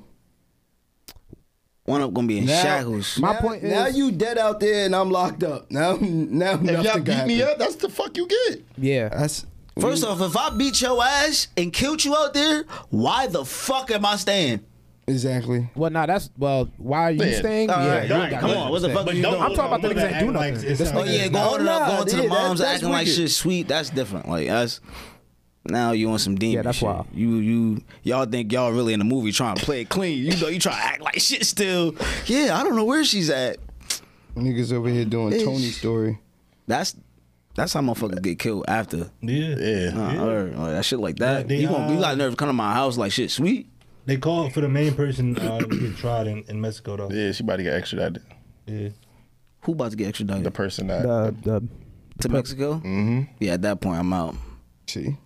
B: One up gonna be in shackles.
F: My
G: now,
F: point
G: now
F: is-
G: you dead out there and I'm locked up. Now, now
D: If y'all
G: nothing
D: beat
G: can
D: me
G: happen.
D: up, that's the fuck you get.
F: Yeah.
G: That's
B: First off, if I beat your ass and killed you out there, why the fuck am I staying?
G: exactly.
F: Well, now that's well. Why are you
D: Man,
F: staying?
B: all
F: yeah,
B: right,
F: you
B: all right,
F: got
B: come
F: it.
B: on, what the fuck
E: But
B: you
E: don't-
B: doing?
F: I'm talking about the
E: don't
F: niggas that do
E: act like
F: nothing.
E: it's
F: That's
E: not-
F: Oh,
B: Oh yeah, going
G: nah,
B: up, going to the
G: yeah, that-
B: moms,
G: that's
B: acting like
G: wicked.
B: shit sweet. That's different. Like that's now you on some demon.
F: Yeah, that's
B: shit.
F: wild.
B: You you y'all think y'all really in the movie trying to play it clean. You know you trying to act like shit still. Yeah, I don't know where she's at.
G: Niggas over here doing
B: Ish.
G: Tony story.
B: That's that's how motherfuckers get killed after.
E: Yeah.
B: Nah,
E: Yeah.
B: I heard, like, that shit like that.
E: They,
B: you gonna you
E: uh,
B: got nerve to come to my house like shit sweet.
E: They called for the main person uh, to get tried in, in Mexico though.
D: Yeah, she about to get extradited.
E: Yeah.
B: Who about to get extradited
D: The person that
F: The, the,
B: to Mexico? Mm-hmm. Yeah, at that point I'm out.
G: See,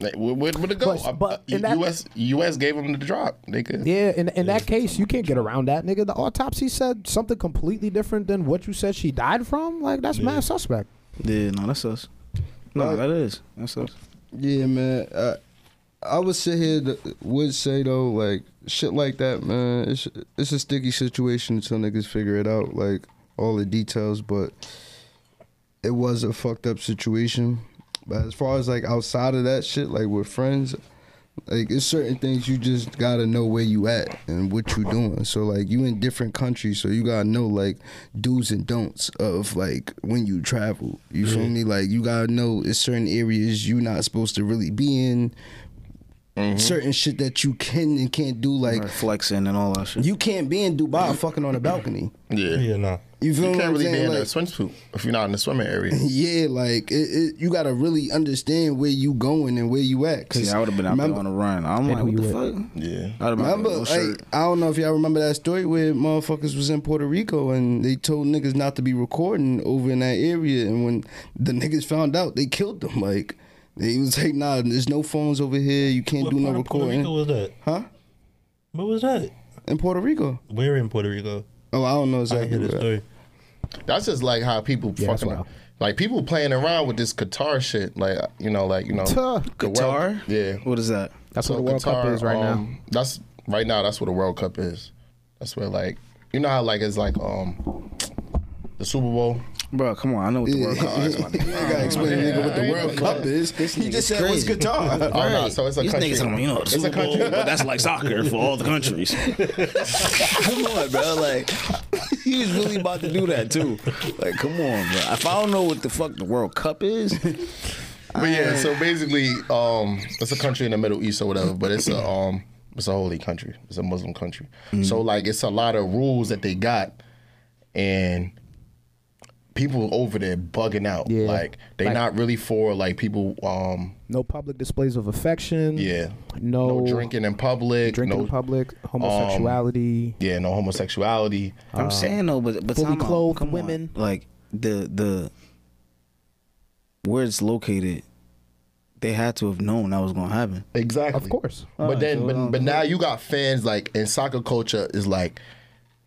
D: like, where, where, where to go?
F: But-
D: Uh,
F: but
D: uh,
F: in that-
D: U.S. U.S. gave them the drop. They could.
F: yeah, in in that case, you can't get around that, nigga. The autopsy said something completely different than what you said she died from. Like that's mad suspect.
B: Yeah, no, that's us. No, that is. That's us.
G: yeah, man. I, I would sit here th- would say though, like shit like that, man. It's it's a sticky situation until niggas figure it out, like all the details. But it was a fucked up situation. But as far as like outside of that shit, like with friends, like it's certain things you just gotta know where you at and what you doing. So like you in different countries, so you gotta know like do's and don'ts of like when you travel. You feel me? Like you gotta know it's certain areas you not supposed to really be in.
D: Mm-hmm.
G: Certain shit that you can and can't do. Like
B: Flexing and all that shit.
G: you can't be in Dubai fucking on a balcony.
D: Yeah.
E: Yeah. Nah.
G: You feel
D: You
G: me?
D: can't really
G: I'm
D: be
G: saying?
D: in a
G: Like-
D: swimsuit if you're not in the swimming area.
G: Yeah, like it, it, you gotta really understand where you going and where you at.
B: See, I would have been out
G: remember,
B: there on a run. I'm like,
F: who
B: what the
F: you
B: fuck?
D: Yeah.
B: I'd have been
G: Remember,
B: no
G: like,
B: shirt.
G: I don't know if y'all remember that story where motherfuckers was in Puerto Rico and they told niggas not to be recording over in that area, and when the niggas found out, they killed them. Like they was like, nah, there's no phones over here. You can't
E: What
G: do
E: part
G: no
E: of Puerto
G: recording,
E: Rico was that?
G: huh?
E: What was that?
G: In Puerto Rico.
E: Where in Puerto Rico?
G: Oh, I don't know
E: I hear
G: exactly.
E: the
G: where.
E: story.
D: That's just like how people
F: that's
D: fucking
F: wild.
D: like people playing around with this guitar shit. Like you know, like you know,
F: Tuh.
D: the
B: Guitar?
D: World, yeah,
B: What is that?
F: That's what the World Cup is right now.
D: now. That's right now. That's what the World Cup is. That's where like you know how like it's like um the Super Bowl.
B: Bro, come on. I know what the word is. my nigga.
G: I gotta explain to a nigga what the
D: Yeah.
G: World Cup is. He just said what's
B: crazy.
G: guitar.
D: Oh no, so it's a
B: These
D: country.
B: niggas, don't, you know, the
D: it's
B: Super
D: a
B: Bowl,
D: country.
B: but that's like soccer for all the countries. come on, bro. Like, he was really about to do that, too. Like, come on, bro. If I don't know what the fuck the World Cup is,
D: But yeah, so basically, um, it's a country in the Middle East or whatever, but it's a um, it's a holy country. It's a Muslim country.
F: Mm.
D: So like, it's a lot of rules that they got, and people over there bugging out.
F: Yeah.
D: Like they
F: Like-
D: not really for like people. Um,
F: No public displays of affection.
D: yeah,
F: No,
D: no drinking in public.
F: Drinking
D: no,
F: in public. Homosexuality.
D: Yeah, no homosexuality.
B: I'm saying though, but but
F: Uh, fully
B: time out.
F: clothed
B: Come on.
F: women.
B: like the the where it's located, they had to have known that was gonna happen.
D: Exactly.
F: Of course.
D: But then, but, but now you got fans like in soccer culture is like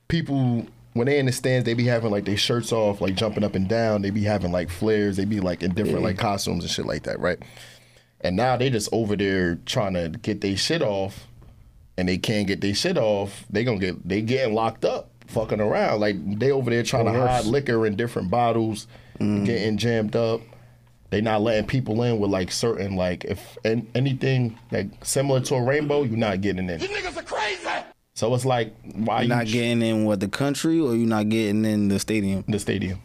D: people when they in the stands they be having like their shirts off, like jumping up and down. They be having like flares. They be like in different like costumes and shit like that, right? And now they just over there trying to get their shit off, and they can't get their shit off. They gonna get they getting locked up, fucking around. Like they over there trying to hide liquor in different bottles,
B: Mm.
D: getting jammed up. They not letting people in with like certain like if an anything like similar to a rainbow, you're not getting in. You niggas are crazy. So it's like why
B: You're
D: you
B: not
D: ch-
B: getting in what the country, or you're not getting in the stadium.
D: the stadium?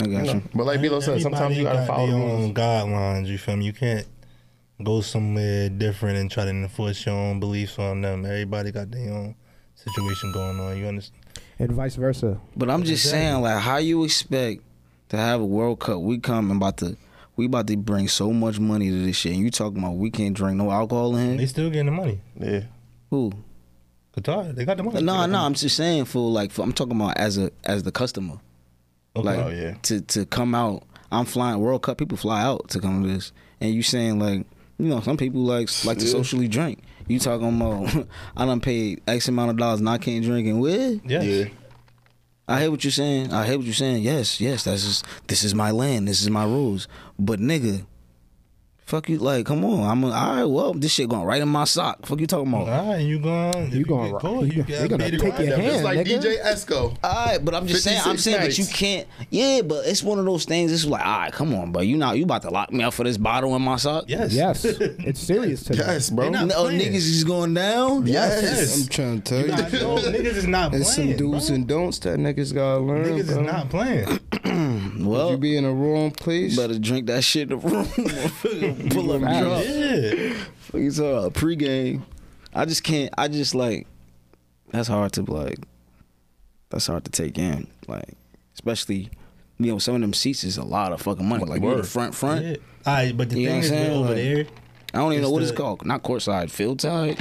B: I got you.
D: But like Bilo said, sometimes you gotta follow
E: Everybody
D: the
E: got their
D: rules.
E: own guidelines. You feel me? You can't go somewhere different and try to enforce your own beliefs on them. Everybody got their own situation going on. You understand?
F: And vice versa.
B: But I'm just saying, like, how you expect to have a World Cup? We come and about to we about to bring so much money to this shit, and you talking about we can't drink no alcohol in
E: They
B: here?
E: still getting the money.
D: Yeah.
B: Who?
E: Qatar, they got the money.
B: No, no, I'm just saying for like for, I'm talking about as a as the customer.
E: Okay.
B: Like
D: Oh, yeah.
B: to to come out, I'm flying World Cup. People fly out to come to this, and you saying like, you know, some people like like to socially drink. You talking about I done paid X amount of dollars and I can't drink and where?
E: Yes.
D: Yeah.
B: I hear what you're saying. I hear what you're saying. Yes, yes, that's just, this is my land. This is my rules. But nigga, Fuck you, like, come on. I'm a, all right. Well, this shit going right in my sock. Fuck you talking
D: Uh-huh.
B: about.
E: All right, you going?
F: You gonna-
E: get caught,
F: you
E: you
F: gonna-
E: got
F: they gonna
E: paid to
F: take
E: ride
F: your
E: that
F: hand.
E: bitch.
D: It's like
F: nigga.
D: DJ Esco.
B: All right, but I'm just saying, I'm
D: 56
B: saying
D: nights.
B: that you can't. Yeah, but it's one of those things. It's like, all right, come on, bro. You not you about to lock me up for this bottle in my sock?
E: Yes.
F: Yes, it's serious to me.
D: Yes, bro.
E: They not
B: No,
E: playing.
B: niggas is going down.
D: Yes.
G: I'm trying to tell
E: Nah,
G: you.
E: no, niggas is not
G: It's some
E: playing. bro.
G: do's and don'ts that niggas gotta learn.
E: Niggas is
G: bro.
E: not playing.
G: You
B: Well,
G: be in the wrong place.
B: better drink that shit in the room. Pull up
F: Facts.
B: drunk.
E: Yeah.
B: Fuck you talking about pregame. I just can't. I just like. That's hard to like. That's hard to take in. Like, especially, you know, some of them seats is a lot of fucking money. Like, you the
D: Word.
B: front front.
E: Yeah. All right, but the
B: You know
E: thing
B: what
E: is,
B: I'm
E: we're
B: saying?
E: over
B: Like-
E: there.
B: I don't even know what
E: It's
B: it's
E: the-
B: called. Not courtside, field side.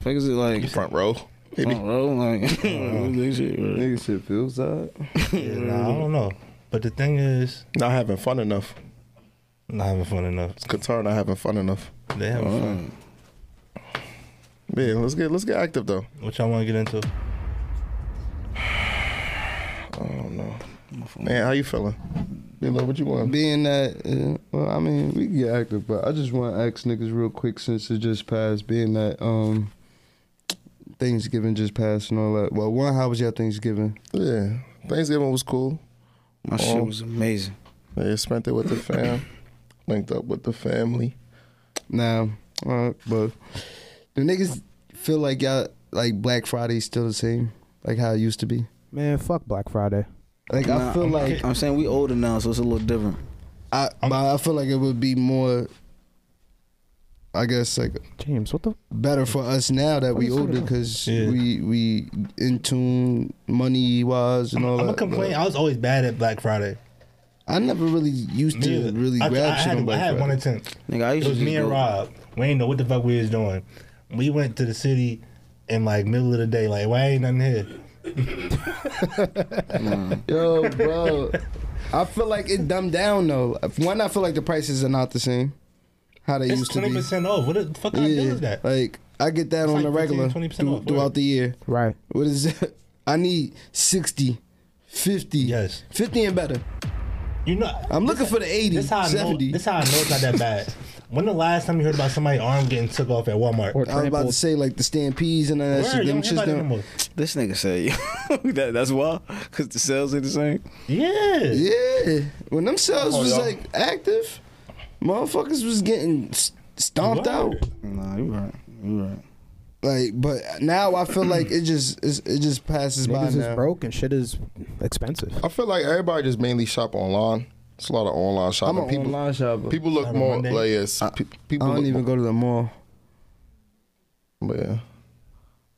B: Fuck is it like?
D: Front row.
B: I don't know, like oh, this shit, right?
G: Nigga shit feels that.
E: Yeah, nah, I don't know. But the thing is,
D: Not having fun enough.
E: not having fun enough.
D: Qatar not having fun enough.
E: They having fun.
D: Man, let's get let's get active though.
E: What y'all want to get into?
D: Man, how you feeling? You know what you want?
G: Being that, uh, well, I mean, we can get active, but I just want to ask niggas real quick since it just passed. Being that um, Thanksgiving just passed and all that. Well, one, how was your Thanksgiving?
D: Yeah, Thanksgiving was cool.
B: My shit was amazing.
D: Yeah, spent it with the fam. Linked up with the family.
G: Now, all right, but do niggas feel like y'all like Black Friday still the same, like how it used to be?
F: Man, fuck Black Friday.
G: Like
B: Nah,
G: I feel like
B: I'm saying we older now, so it's a little different.
G: I, but I feel like it would be more. I guess like
F: James, what the?
G: better for us now that we
F: What you
G: older
F: talking
G: because
E: Yeah.
G: we we in tune money wise and all
E: I'm
G: that.
E: gonna complain. I was always bad at Black Friday.
G: but I never really used
E: Me
G: to
E: either.
G: really
E: I,
G: grab
E: I
G: shit
E: had,
G: on
E: I
G: Black
E: had one
G: Friday.
E: attempt.
B: Nigga, I used
E: It was
B: to
E: me
B: just
E: and
B: go-
E: Rob. We ain't know what the fuck we was doing. We went to the city in like middle of the day. Like, why ain't nothing here?
G: Yo, bro, I feel like it dumbed down though. One, I feel like the prices are not the same how they
E: It's
G: used to
E: twenty
G: be.
E: percent off. What the fuck kind of deal is
G: Yeah,
E: that?
G: like I get that on
E: like
G: the regular
E: 15, 20%
G: through-
E: off,
G: throughout
E: word.
G: the year.
F: Right.
G: What is that? I need 60, 50,
E: Yes.
G: 50 and better.
E: You know,
G: I'm looking for the 80,
E: this how I know.
G: 70.
E: This how I know it's not that bad. When the last time you heard about somebody arm getting took off at Walmart?
F: Or
G: I was about to
F: trampled.
G: say like the stampedes and all that
E: Word,
G: shit.
E: you
G: Them
E: don't hear
G: shits
E: about it no
G: don't-
E: more.
B: This nigga said that, that's why, cause the sales ain't the same.
E: Yeah.
G: Yeah, when them cells
D: Come
E: Oh,
D: on,
G: was
D: y'all.
G: like active, motherfuckers was getting s- stomped
E: Word.
G: out.
B: Nah, you right, you right.
G: Like, but now I feel like it just it's, it just passes by
F: Niggas
B: uh,
G: now.
F: is broke and shit is expensive.
D: I feel like everybody just mainly shop online. It's a lot of online
G: I'm
D: shopping.
G: an
D: people
G: online shopper.
D: people look
E: Cyber
D: more
E: Monday.
D: like yes, pe-
G: I
D: people
G: don't
D: look
G: even go to the mall.
D: more, but yeah.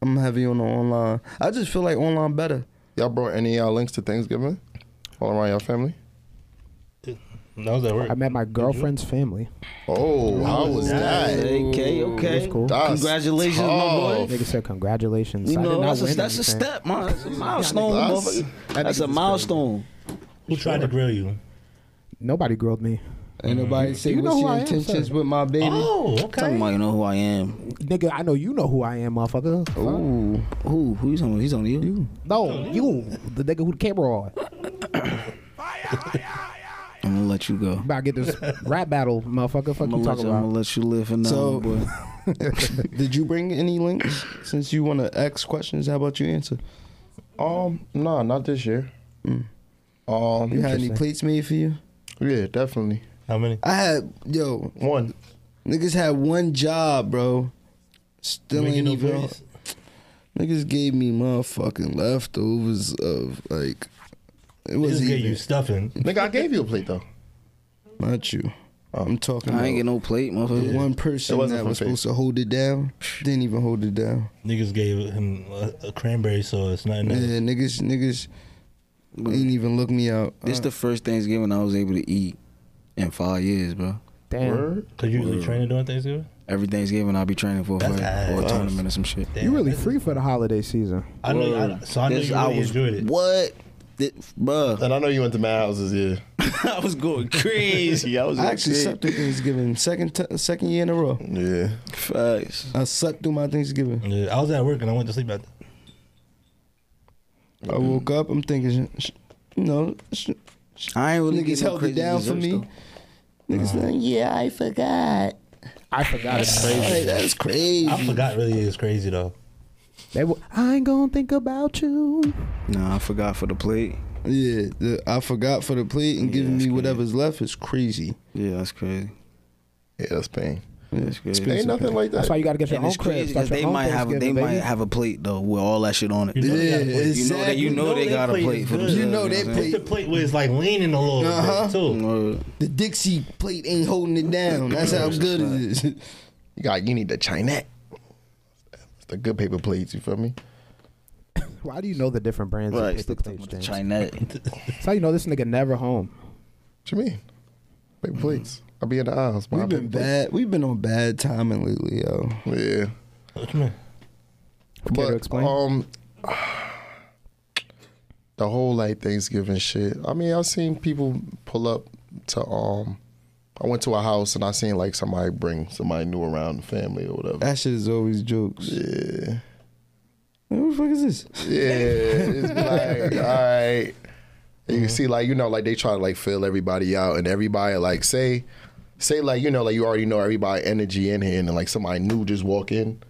G: I'm heavy on the online. I just feel like online better.
D: Y'all brought any of y'all links to Thanksgiving? All around your family?
E: That was at work.
F: I met my girlfriend's family.
D: Oh, how was that?
B: Okay, okay.
F: That's cool.
D: That's
B: Congratulations, my boy.
D: tough.
F: Nigga said congratulations.
B: Oh. You
F: I did
B: know,
F: not
B: that's a,
F: win
B: that's a
F: anything.
B: step, man. That's a milestone,
D: That's-
B: motherfucker. That's a milestone.
E: Who tried to grill you?
F: Nobody grilled me.
G: Ain't
E: Mm-hmm.
G: nobody say
F: You
G: what's
F: know who
G: your
F: I am,
G: intentions
F: sir.
G: with my baby.
E: Oh, okay.
B: Talking about you know who I am.
F: Nigga, I know you know who I am, motherfucker.
G: Ooh,
B: Who? Who you talking about? He's on you.
F: No, you, the nigga who the camera on.
B: I'm gonna let you go.
F: About to get this rap battle, motherfucker. Fuck
B: I'm gonna,
F: you
B: let
F: talking
B: you, I'm gonna
F: about.
B: let you live for now,
G: So-
B: boy.
G: did you bring any links? Since you want to ask questions, how about you answer?
D: Um, nah, not this year.
G: You
D: Um,
G: had any plates made for you?
D: yeah, definitely
E: How many?
G: I had yo
D: one.
G: niggas had one job, bro. Still
E: Making
G: ain't
E: no
G: even.
E: plates?
G: Niggas gave me motherfucking leftovers of like. It
E: Just
G: wasn't
E: get you
G: even,
E: stuffing.
D: Nigga, I gave you a plate though.
G: not you. I'm talking
B: I ain't get
G: about
B: no plate, motherfucker.
G: one person
D: It wasn't
G: that
D: from
G: was
D: Faith.
G: supposed to hold it down. Didn't even hold it down.
E: Niggas gave him a, a cranberry sauce, nothing else.
G: Yeah, niggas, niggas
B: But
G: didn't even look me out.
B: This the first Thanksgiving I was able to eat in five years, bro.
F: Damn.
E: Cause you usually training during Thanksgiving.
B: Every Thanksgiving I'll be training for a
E: That's
B: fight or a
E: ass.
B: tournament or some shit.
E: Damn,
F: You really
E: that's-
F: free for the holiday season.
E: I know. I, so I know
B: This-
E: you really enjoyed it.
B: What? Thi- bruh,
D: And I know you went to mad houses, yeah.
B: I was going crazy. I was
G: I actually slept through Thanksgiving second t- second year in a row.
D: Yeah.
B: Facts.
G: I slept through my Thanksgiving.
E: Yeah, I was at work and I went to sleep at.
G: I
D: Mm-hmm.
G: woke up. I'm thinking, sh- sh- you know, sh-
B: I ain't really
G: niggas
B: get no
G: held it
B: crazy
G: down for
B: desserts,
G: me.
B: though.
G: Niggas like, yeah, I forgot.
F: I forgot it's crazy.
G: Like, that's crazy.
E: I forgot really is crazy though.
F: They w- I ain't gonna think about you.
B: Nah, I forgot for the plate.
G: Yeah, the, I forgot for the plate and giving me whatever's left is crazy.
B: Yeah, that's crazy.
D: Yeah, that's pain.
B: Yeah, that's crazy.
D: Ain't nothing like that.
F: That's why you gotta get your
B: And
F: own
B: it's
F: crib.
B: crazy
F: Start
B: because
F: your
B: they
F: own
B: might have a, they
F: Thanksgiving,
B: might
F: baby.
B: have a plate though with all that shit on it.
E: You know they got a
G: Yeah,
B: You know that you know they
E: plate.
B: got a plate for
E: good.
B: the
E: You
G: know they plate-
E: It's the plate where it's like leaning a little
G: Uh-huh.
E: bit too.
G: The Dixie plate ain't holding it down. That's how good it is.
D: You got you need the chinette. It's the good paper plates. You feel me?
F: Why do you know the different brands? of
B: Right,
F: paper
B: stick
F: plates,
B: with the
F: James?
B: Chinette.
F: That's how you know this nigga never home.
D: What you mean? Paper plates. I'll be in the aisles.
G: We've
D: buying
G: been
D: paper
G: bad. We've been on bad timing lately, yo.
D: plates. Yeah.
E: What you mean?
F: Care to explain?
D: Um, the whole like Thanksgiving shit. I mean, I've seen people pull up to um. I went to a house and I seen like somebody bring somebody new around the family or whatever.
G: That shit is always jokes.
D: Yeah,
G: Like, What the fuck is this?
D: yeah. It's like all right. And you see, like you know, like they try to like fill everybody out and everybody like say, say like you know, like you already know everybody energy in here and then like somebody new just walk in,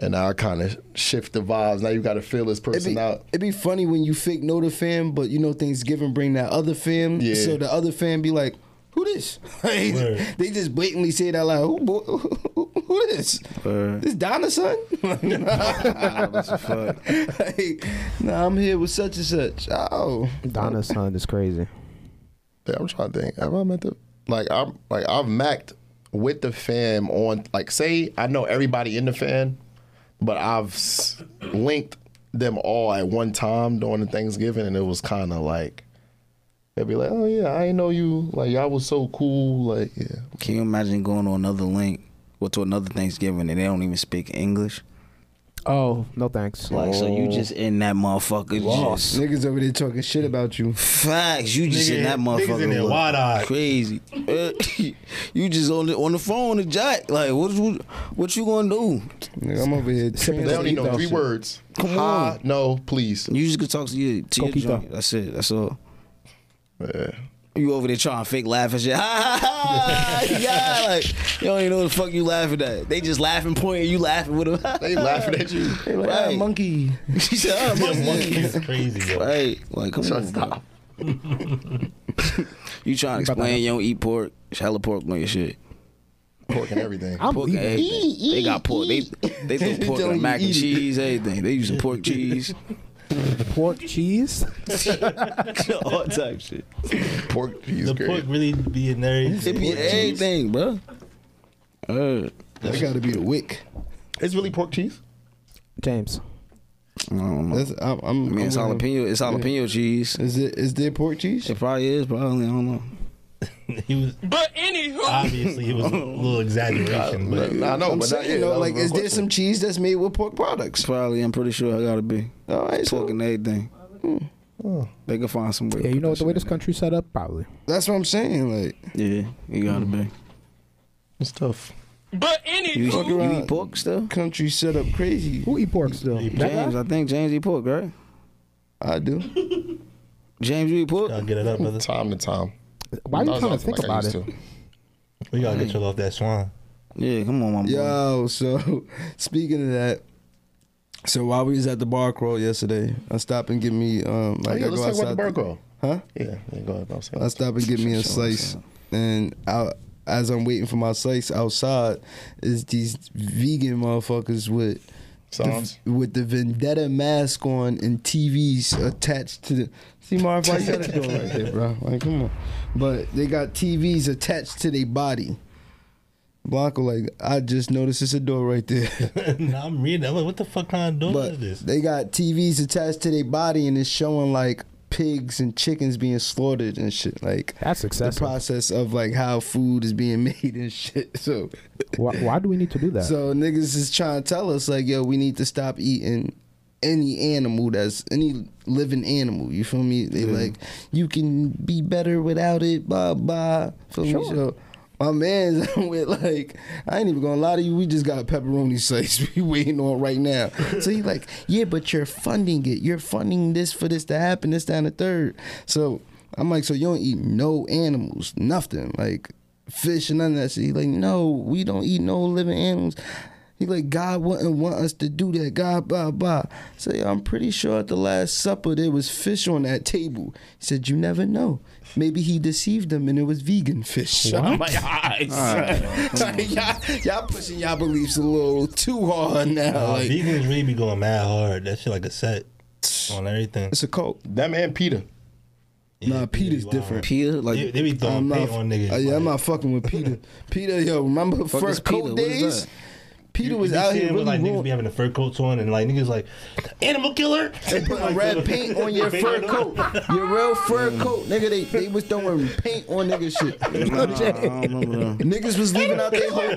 D: and I kind of shift the vibes. Now you got to fill this
G: It'd
D: person
G: be,
D: out.
G: it be funny when you fake know the fam, but you know Thanksgiving bring that other fam.
D: Yeah.
G: So the other fam be like, "Who this?" Like,
E: Word.
G: they just blatantly say that like, "Who, boy, who, who, who this?
B: Word.
G: This Donna son?"
B: Nah, that's a fuck.
G: like, nah, I'm here with such and such. Oh,
F: Donna's son is crazy.
D: Yeah, I'm trying to think. Have I met the like I'm like I've macked with the fam on like say I know everybody in the fam, but I've s- linked them all at one time during the Thanksgiving, and it was kind of like they'd be like, "Oh yeah, I ain't know you. Like y'all was so cool. Like yeah,
B: Can you imagine going to another link or to another Thanksgiving and they don't even speak English?
F: Oh, no thanks.
B: Like, so you just in that motherfucker just
G: niggas over there talking shit about you.
B: facts. You just in
E: Nigga,
B: that
E: niggas in
B: motherfucker.
E: there
B: look
E: wide-eyed.
B: Crazy. Uh, you just on the on the phone to Jack. Like, what what, what you gonna do?
G: Nigga, I'm over here.
F: Sipping
D: they don't
G: translating
D: even know
G: that
D: three
G: shit.
D: words.
B: Come
D: Hi,
B: on.
D: no, please.
B: You just gonna talk to your to your
F: Coquito.
B: joint. That's it. That's all.
D: Yeah.
B: You over there trying to fake laugh and shit. Ha ha ha! Yeah, like you don't even know what the fuck you laughing at. They just laughing, pointing. You laughing with them.
D: They laughing at you.
G: They like, ah,
B: Right.
G: monkey.
B: she said, oh,
E: Yeah,
B: monkey."
E: monkey is crazy. Yo.
B: Right, like come on.
D: Stop.
B: You trying to explain you don't eat pork? It's hella pork on your shit.
D: Pork and everything.
F: I'm
B: Pork and
F: leaving.
B: everything. they got pork. They they throw pork
G: Don't
B: on mac
G: eat
B: and
G: it.
B: cheese, everything. They using pork cheese,
F: pork cheese.
B: all type shit.
D: Pork. He's
E: The
D: great.
E: pork really be in there.
B: It be everything, bro. Uh,
G: That gotta be the wick.
D: It's really pork cheese.
F: James.
B: I don't know.
G: That's I'm. I'm
B: I mean, it's jalapeno. It's jalapeno cheese.
G: Is it is there pork cheese?
B: It probably is. Probably I don't know.
E: He was, but anywho, obviously it was a
G: Oh
E: little exaggeration. But
D: Nah, no,
G: I'm
D: Oh, but
G: saying,
D: not, yeah,
G: you know,
D: that was
G: like,
D: a real
G: is there
D: question.
G: some cheese that's made with pork products? Oh,
B: Probably. I'm pretty sure I gotta be
G: All right, so
B: pork and everything. They can find some way. to
F: Yeah, you
B: put
F: know
B: that
F: what the way
B: shit
F: this country's set up? Probably.
G: that's what I'm saying. Like,
B: in. Yeah, you gotta be.
D: It's tough.
B: You,
G: Fuck
B: you
G: around.
B: eat pork still?
G: country set up crazy.
F: Who eat pork still? That guy?
B: James, I think James eat pork, right?
G: I do.
B: James, you eat pork?
E: y'all get it up, brother.
D: Time to time.
F: Why you
D: Not
F: trying to
D: as often
F: think
D: like I
F: about
D: used
F: it?
D: to.
E: We gotta get you off that swine.
B: Yeah, come on, my boy.
G: Yo, so speaking of that, so while we was at the bar crawl yesterday, I stopped and get me um
D: Oh,
G: like
D: yeah,
G: I go
D: let's talk about the
G: outside
D: bar
G: to-
D: crawl.
G: Huh?
D: Yeah, yeah, go ahead. I'm saying.
G: I stop and get me a
B: Sure,
G: slice,
B: sure.
G: and I, as I'm waiting for my slice outside, is these vegan motherfuckers with
D: Sounds.
G: the, with the vendetta mask on and TVs attached to the. See, Marv, why you got it going right there, bro? Like, come on. But they got TVs attached to their body. Blanco, like, I just noticed it's a door right there.
E: nah, I'm reading. I'm like, what the fuck kind of door
G: But
E: is this?
G: they got TVs attached to their body and it's showing like pigs and chickens being slaughtered and shit. Like
F: That's
G: the
F: excessive.
G: process of like how food is being made and shit. So
F: Why, why do we need to do that?
G: so niggas is trying to tell us like, yo, we need to stop eating any animal that's any living animal. You feel me? They like you can be better without it. Blah blah. Feel me?
F: Sure.
G: So my man's with like I ain't even gonna lie to you. We just got pepperoni slice we waiting on right now. So he like, yeah, but you're funding it. You're funding this for this to happen. This down the third. So I'm like, so you don't eat no animals, nothing. Like fish and none of that shit. He like, no, we don't eat no living animals. He like, God wouldn't want us to do that. God, blah, blah. So yeah, I'm pretty sure at the Last Supper there was fish on that table. He said, you never know. Maybe he deceived them and it was vegan fish. I'm like, alright, son. y'all, y'all pushing y'all beliefs a little too hard now.
E: Uh,
G: like,
E: vegans really be going mad hard. That shit like a set on everything.
G: it's a cult.
D: That man Peter.
E: Yeah,
G: nah,
E: they be
G: Peter's
E: wild.
G: different.
B: Peter, like
E: They, they be
G: I'm
E: throwing
G: not,
E: paint on niggas.
G: uh, yeah, I'm
E: like-
G: not fucking with Peter. Peter, yo, remember
B: Fuck is
G: first
B: Peter?
G: coat
B: What is
G: days?
B: that?
G: Peter
E: You-
G: was
E: you be
G: out
E: seeing
G: here
E: where,
G: really
E: like niggas
G: ruin-
E: be having the fur coats on and like niggas like animal killer.
G: They putting
E: Like,
G: red
E: the-
G: paint on your
E: the
G: fur
E: paint on
G: coat. Your real fur coat. Nigga, they, they was throwing paint on nigga shit.
B: I don't remember that.
G: Niggas was leaving out their whole,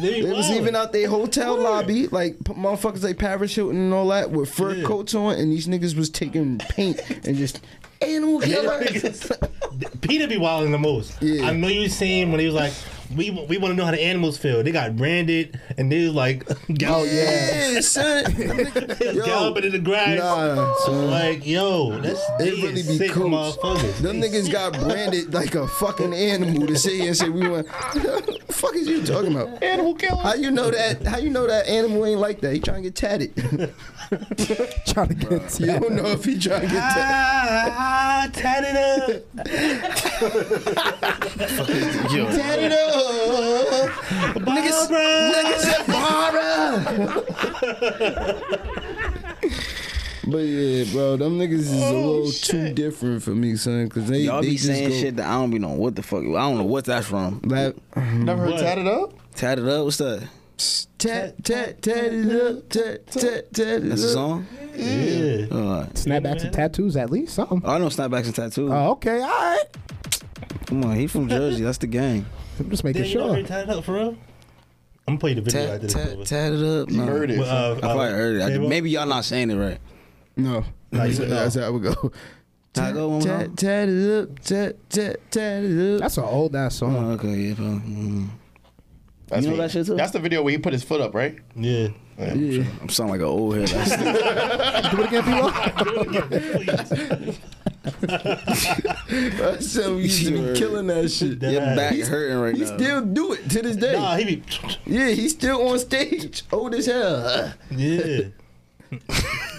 E: They
G: they
E: be
G: was
E: wild.
G: leaving out their hotel lobby, like p- motherfuckers like parachuting and all that with fur
E: Yeah.
G: coats on, and these niggas was taking paint and just animal killer.
E: Peter be wilding the most.
G: Yeah.
E: I know you seen when he was like, "We we want to know how the animals feel." They got branded and they was like,
G: Oh
E: gallop,
G: yeah, son. Yo.
E: galloping in the grass.
G: Nah, son.
E: Like yo, that's
G: It
E: they
G: really
E: is
G: be
E: sick
G: coats.
E: motherfuckers.
G: Them
E: They
G: niggas
E: sick.
G: got branded like a fucking animal to sit here and say we want. the fuck is you talking about? Animal killer. How you know that? How you know that animal ain't like that? He trying to get tatted.
F: Trying to get
G: you don't know if he trying to get tatted.
E: Ah, ah, tatted up.
G: tatted up.
E: Barbara.
G: But yeah, bro, them niggas is a little too different for me, son. Cause they
B: Y'all
G: they
B: be
G: just
B: saying
G: go,
B: shit that I don't be knowing what the fuck. I don't know what that's from.
G: Like,
D: Never heard
E: What?
D: tatted up?
B: Tatted up. What's that?
G: tat tat tatted up, tat tat tatted
B: That's a
G: up.
B: song.
E: Yeah.
B: All right.
F: snapbacks and tattoos at least something.
B: Oh, I know snapbacks and tattoos.
F: Oh, okay, all right.
B: Come on, he from Jersey. That's the gang.
F: I'm just making
E: Damn, you know
F: sure.
E: already tatted up for real. I'm gonna play the video
B: Tat,
E: after this.
B: tat,
E: over.
B: tatted up. No.
D: Heard it.
E: Well, uh,
B: I probably heard it. I-
E: Quavo?
B: maybe y'all not saying it right.
G: No,
E: you
G: that's,
E: would know.
G: that's how I would go.
B: Can I go one more
G: tat
E: Uh-huh.
B: time?
G: tatted up, tat tat tatted up.
F: That's an old ass song.
B: Oh, okay, yeah, probably. Mm.
D: That's
B: You know
D: me.
B: that shit too?
D: That's the video where he put his foot up, right?
E: Yeah.
G: Yeah.
B: I'm sounding like an old head. I still-
F: Do it again, people.
G: So we used to be killing that shit.
E: Dead
B: your
E: ass.
B: back
G: He's-
B: hurting right
G: He
B: now.
G: still do it to this day.
E: Nah, he be.
G: Yeah, he's still on stage, old as hell.
E: Yeah.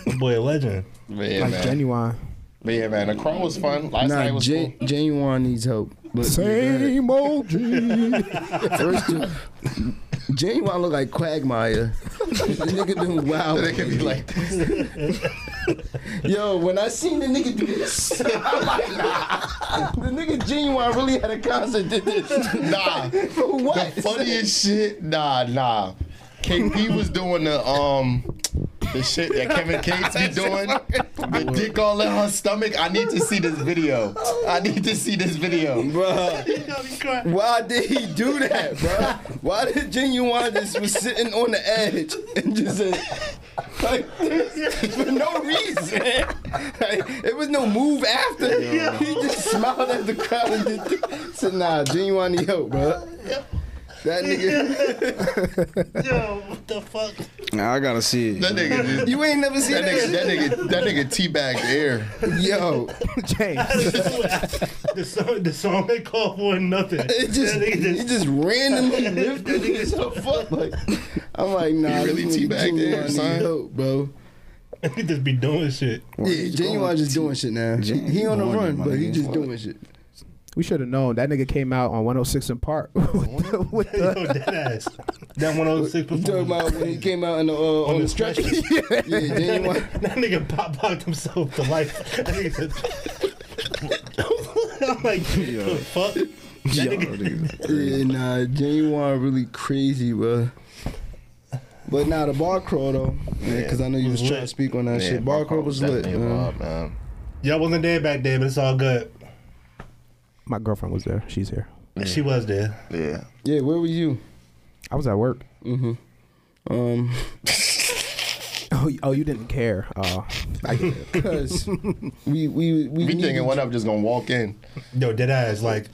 E: My boy, a legend.
D: Man,
F: Like
D: man.
F: genuine.
D: But yeah, man, the crown was fun. Last night
G: Nah,
D: was
G: Gen- genuine needs help. But
F: Same old G.
G: First of- genuine look like Quagmire. this nigga doing wild.
D: cool. They could be like, this.
G: Yo, when I seen the nigga do this, I'm like, nah. The nigga genuine really had a concert did this.
D: nah.
G: For what?
D: The funniest shit, nah, nah. KP was doing the um the shit that Kevin Gates be doing. The dick all in her stomach. I need to see this video. I need to see this video.
G: Why did he do that, bro? Why did Genuine just was sitting on the edge and just said, like this for no reason? Like, it was no move after. He just smiled at the crowd and did th- said, "Nah, Genuine need help, bro." That nigga,
E: Yo, what the fuck?
B: Nah, I gotta see it.
D: That nigga just-
G: you ain't never seen
D: That
G: that.
D: nigga, that nigga, that nigga teabagged air.
G: shit? Yo,
F: James.
E: the song, the song they call for nothing.
G: it just
E: that nigga
G: he
E: just,
G: just randomly lifted himself up. Like, I'm like, nah,
D: He
G: this
D: really
G: nigga
D: teabagged
G: Genuine
D: there,
G: need
D: son.
G: help, bro.
E: he just be doing shit.
G: Yeah, Genuine just doing shit now. He, he on the run, but he just doing shit.
F: We should have known that nigga came out on 106 in Park. with the, with
E: Yo,
F: the,
E: dead ass. That 106
G: You talking
E: performance.
G: about when he came out in the, uh, on,
E: the
G: the stretcher? yeah, Genuine.
E: That nigga pop popped himself to life. That nigga said, I'm like, the fuck? That nigga,
G: Yeah, nah, Genuine really crazy, bro. But nah, the bar crawl though, because I know you
E: was
G: was
E: lit.
G: trying to speak on that
D: Yeah,
G: shit. Bar crawl was lit,
D: definitely
G: man.
D: wild, man.
E: y'all wasn't there back then, but it's all good.
F: My girlfriend was there. She's here.
E: She was there.
D: Yeah.
G: Yeah, where were you?
F: I was at work.
G: Um,
F: Oh, you- oh, you didn't care. Oh, I get it.
G: cause we we we
D: We
G: needed-
D: thinking one up just gonna walk in.
E: Yo, dead ass. Like,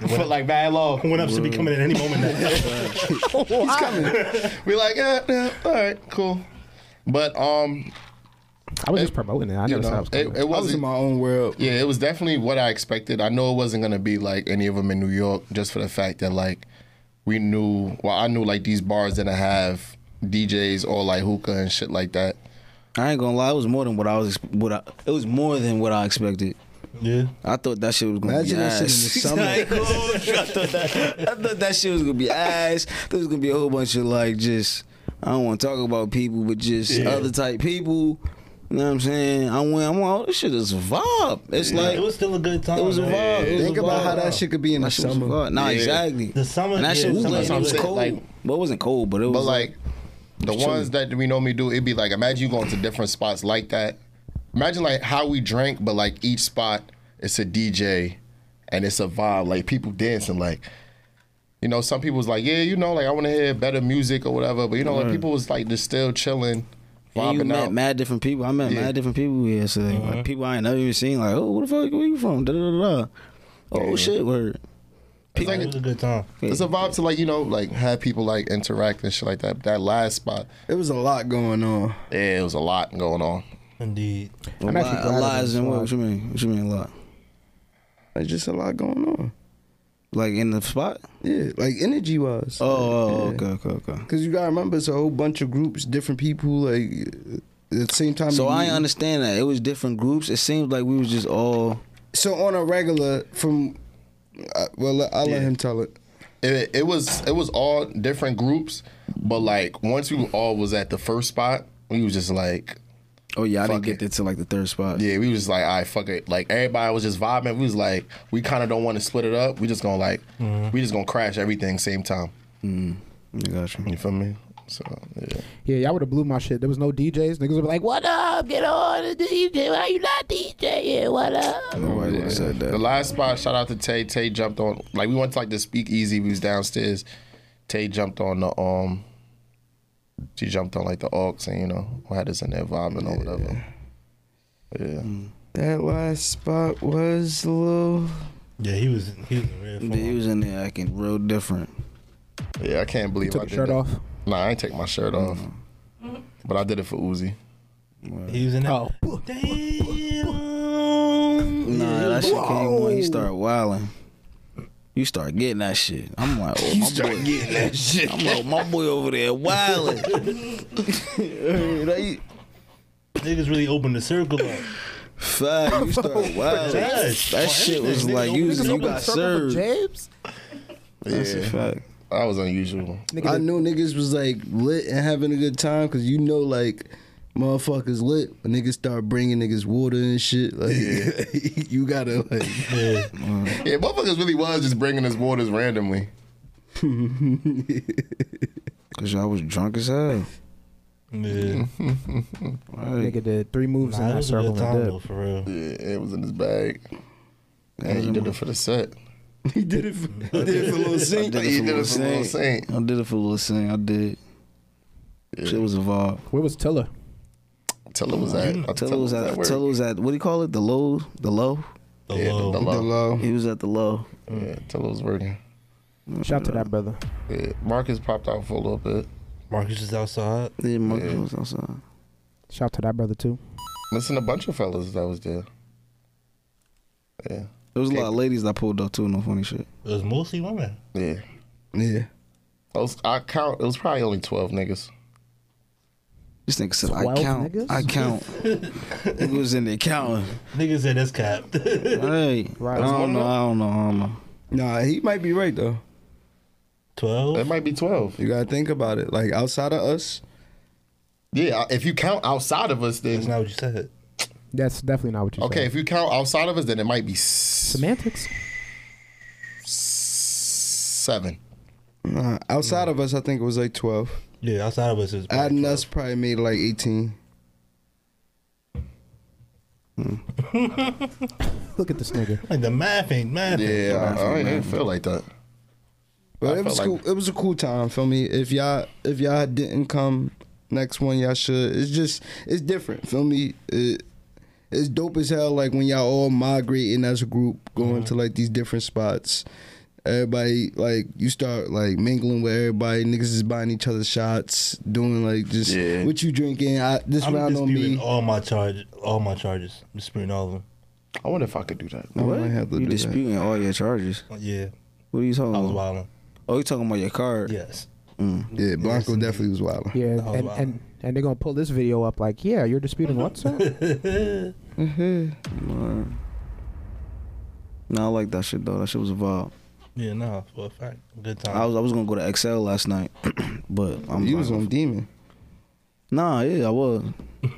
D: But like bad low.
E: one up should be coming at any moment now.
D: We like, yeah, yeah, all right, cool. But um,
F: I was just promoting it. I
D: you
F: never said I
D: know,
F: was.
D: it,
F: coming.
D: it
G: I was in
D: wasn't.
G: my own world.
D: Yeah, it was definitely what I expected. I know it wasn't gonna be like any of them in New York, just for the fact that like we knew. Well, I knew like these bars didn't have DJs or like hookah and shit like that.
B: I ain't gonna lie, it was more than what I was. What I, it was more than what I expected.
E: Yeah.
B: I thought that shit was gonna
G: Imagine
B: be
G: that
B: ass.
G: shit in the summer.
B: I, ain't gonna hold you. I thought that, I thought that shit was gonna be ass. There was gonna be a whole bunch of like just I don't want to talk about people, but just other type people. You know what I'm saying? I went. I'm like, oh, this shit is a vibe. It's like
E: It was still a good time.
B: It was a
E: man.
B: vibe. It was
G: Think
B: a
G: about
B: vibe.
G: how that shit could be in the
B: That shit was a
G: summer.
B: vibe. Nah,
D: Yeah.
B: exactly.
E: The summer-
B: And that shit
E: yeah,
B: was
E: summer-
B: lit. It was
D: summer-
B: cold.
D: like-
B: but it wasn't cold. But it was
D: But like the ones that we normally do, it'd be like imagine you going to different spots like that. Imagine like how we drink, but like each spot, it's a DJ, and it's a vibe. Like people dancing, like you know, some people was like, yeah, you know, like I want to hear better music or whatever. But you know, like people was like just still chilling,
B: And you
D: vibing
B: met
D: out.
B: mad different people. I met
D: Yeah.
B: mad different people yesterday. Like people I ain't never even seen. Like, oh, where the fuck where you from? Da da da. da. Oh shit, word.
D: It's
E: It was
D: like
E: a good time.
D: it's a vibe to like you know like have people like interact and shit like that. But that last spot,
G: It was a lot going on.
D: yeah, it was a lot going on.
E: Indeed.
F: I'm actually glad I
B: Lies
F: didn't
B: and what?
F: fly.
B: What you mean? What you mean a lot?
G: Like just a lot going on.
B: Like in the spot?
G: Yeah, like energy wise.
B: Oh, oh, okay, okay, okay.
G: Cause you gotta remember, it's a whole bunch of groups, different people, like at the same time.
B: So
G: you
B: I
G: meet-
B: ain't understand that. It was different groups. It seems like we was just all
G: So on a regular, from uh, well, I will let him tell it.
D: it, it was it was all different groups, but like once we all was at the first spot, we was just like,
B: Oh yeah, I
D: Fuck
B: didn't
D: it.
B: get there till like the third spot.
D: yeah, we was just like, all right, fuck it. Like everybody was just vibing. We was like, we kind of don't want to split it up. We just gonna like, we just gonna crash everything same time.
B: I got you.
D: You feel me? So yeah,
F: Yeah, y'all would have blew my shit. There was no DJs. Niggas would be like, "What up? Get on the DJ. Why you not DJing? What up?"
B: Nobody would've said
D: the
B: that.
D: last spot. Shout out to Tay. Tay jumped on. Like we went to like the speakeasy. We was downstairs. Tay jumped on the um. She jumped on like the aux and you know had us in there vibing or whatever. Yeah.
B: Mm.
G: That last spot was a little.
E: Yeah, he was he was in red form.
B: But he was in there acting real different.
D: Yeah, I can't believe I
F: Took
D: did
F: the shirt
D: that.
F: off. Mm-hmm.
D: Nah, I ain't take my shirt off. But I did it for Uzi.
E: He was in that.
F: Oh.
E: Damn.
B: Nah, that shit came on. He started wilding. You start getting that shit. I'm like, oh, my boy.
D: getting that shit.
B: I'm like, my boy over there wilding. like,
E: Niggas really opened the circle up.
B: fuck, you start wilding.
E: Yes.
B: That shit was like, you, was- you got served.
F: James.
B: That's a fact.
D: That was unusual.
G: I knew niggas was like lit and having a good time because you know like motherfuckers lit when niggas start bringing niggas water and shit like you gotta like
E: Yeah.
D: Yeah, motherfuckers really was just bringing us waters randomly.
B: Cause y'all was drunk as hell.
E: yeah.
B: Like,
F: Nigga did three moves
E: Nah,
F: in
E: it
F: that
E: was a good
F: circle
E: time
F: and
E: though,
F: dip.
E: for real.
D: Yeah, it was in his bag. And he did it for the set.
G: he did it for, he did it for Lil
B: I
G: Saint.
B: did
D: He
B: it for Lil Saint.
D: Saint.
B: I did it for Lil Saint. I did. Shit was a vibe.
F: Where was Tiller?
D: Mm-hmm. Tell it was at. I'll
B: Tell it was at.
D: work.
B: Tell it was at. What do you call it? The low. The low.
E: The
D: Yeah,
E: low.
D: the
G: The
D: low.
G: low.
B: He was at the low.
D: Yeah, tell it was working.
F: Shout out to that brother.
D: Yeah, Marcus popped out for a little bit.
E: Marcus is outside.
B: Then Marcus
D: Yeah.
B: was outside.
F: Shout out to that brother too.
D: Listen, a bunch of fellas that was there. Yeah,
B: There was a lot of ladies that pulled up too. No funny shit.
E: It was mostly women.
D: yeah.
G: Yeah,
D: I, was, I count. It was probably only twelve niggas.
B: This nigga said, I
F: Twelve
B: count.
F: niggas?
B: I count. He was in there counting.
E: Niggas said that's capped.
B: Hey,
F: Right.
B: I don't know. I don't know. I don't know.
G: nah, he might be right though.
D: It
E: Twelve.
D: might be twelve.
G: You gotta think about it. Like outside of us,
D: Yeah, if you count outside of us,
E: That's
D: then
E: not what you said.
F: That's definitely not what you
D: okay.
F: said.
D: If you count outside of us, then it might be s-
F: Semantics.
D: seven.
G: nah, outside of us, I think it was like twelve.
E: Yeah, outside of us is probably
G: Adding
E: 12.
G: us probably made like eighteen.
F: Look at this nigga.
E: Like the math ain't math.
D: Yeah, I, I didn't feel like that.
G: But
D: I
G: it was
D: felt
G: cool.
D: like-
G: It was a cool time. Feel me? If y'all if y'all didn't come, next one y'all should. It's just it's different. Feel me? It, it's
D: Mm-hmm.
G: dope as hell. Like when y'all all migrating as a group, going to like these different spots, Everybody like you start like mingling with everybody. Niggas is buying each other shots, doing like just
D: Yeah.
G: what you drinking. I, this
E: I'm
G: round on
E: disputing
G: me.
E: all my charges. All my charges. I'm disputing all of them.
D: I wonder if I could do that.
G: I might have to
B: You
G: do that.
B: disputing all your charges.
E: Yeah,
B: What are you talking
E: I was
B: about?
E: wilding.
B: Oh, you talking about your card?
E: Yes.
G: Yeah, Blanco definitely was wild.
F: Yeah,
E: was
F: and,
E: wild.
F: and and they're gonna pull this video up like, yeah, you're disputing what, sir?
B: Alright. Nah, I like that shit though. That shit was a vibe.
E: Yeah, no, for a fact. Good time.
B: I was I was gonna go to XL last night, but I'm
G: You was
B: like-
G: on demon.
B: Nah, yeah, I was.
E: yeah,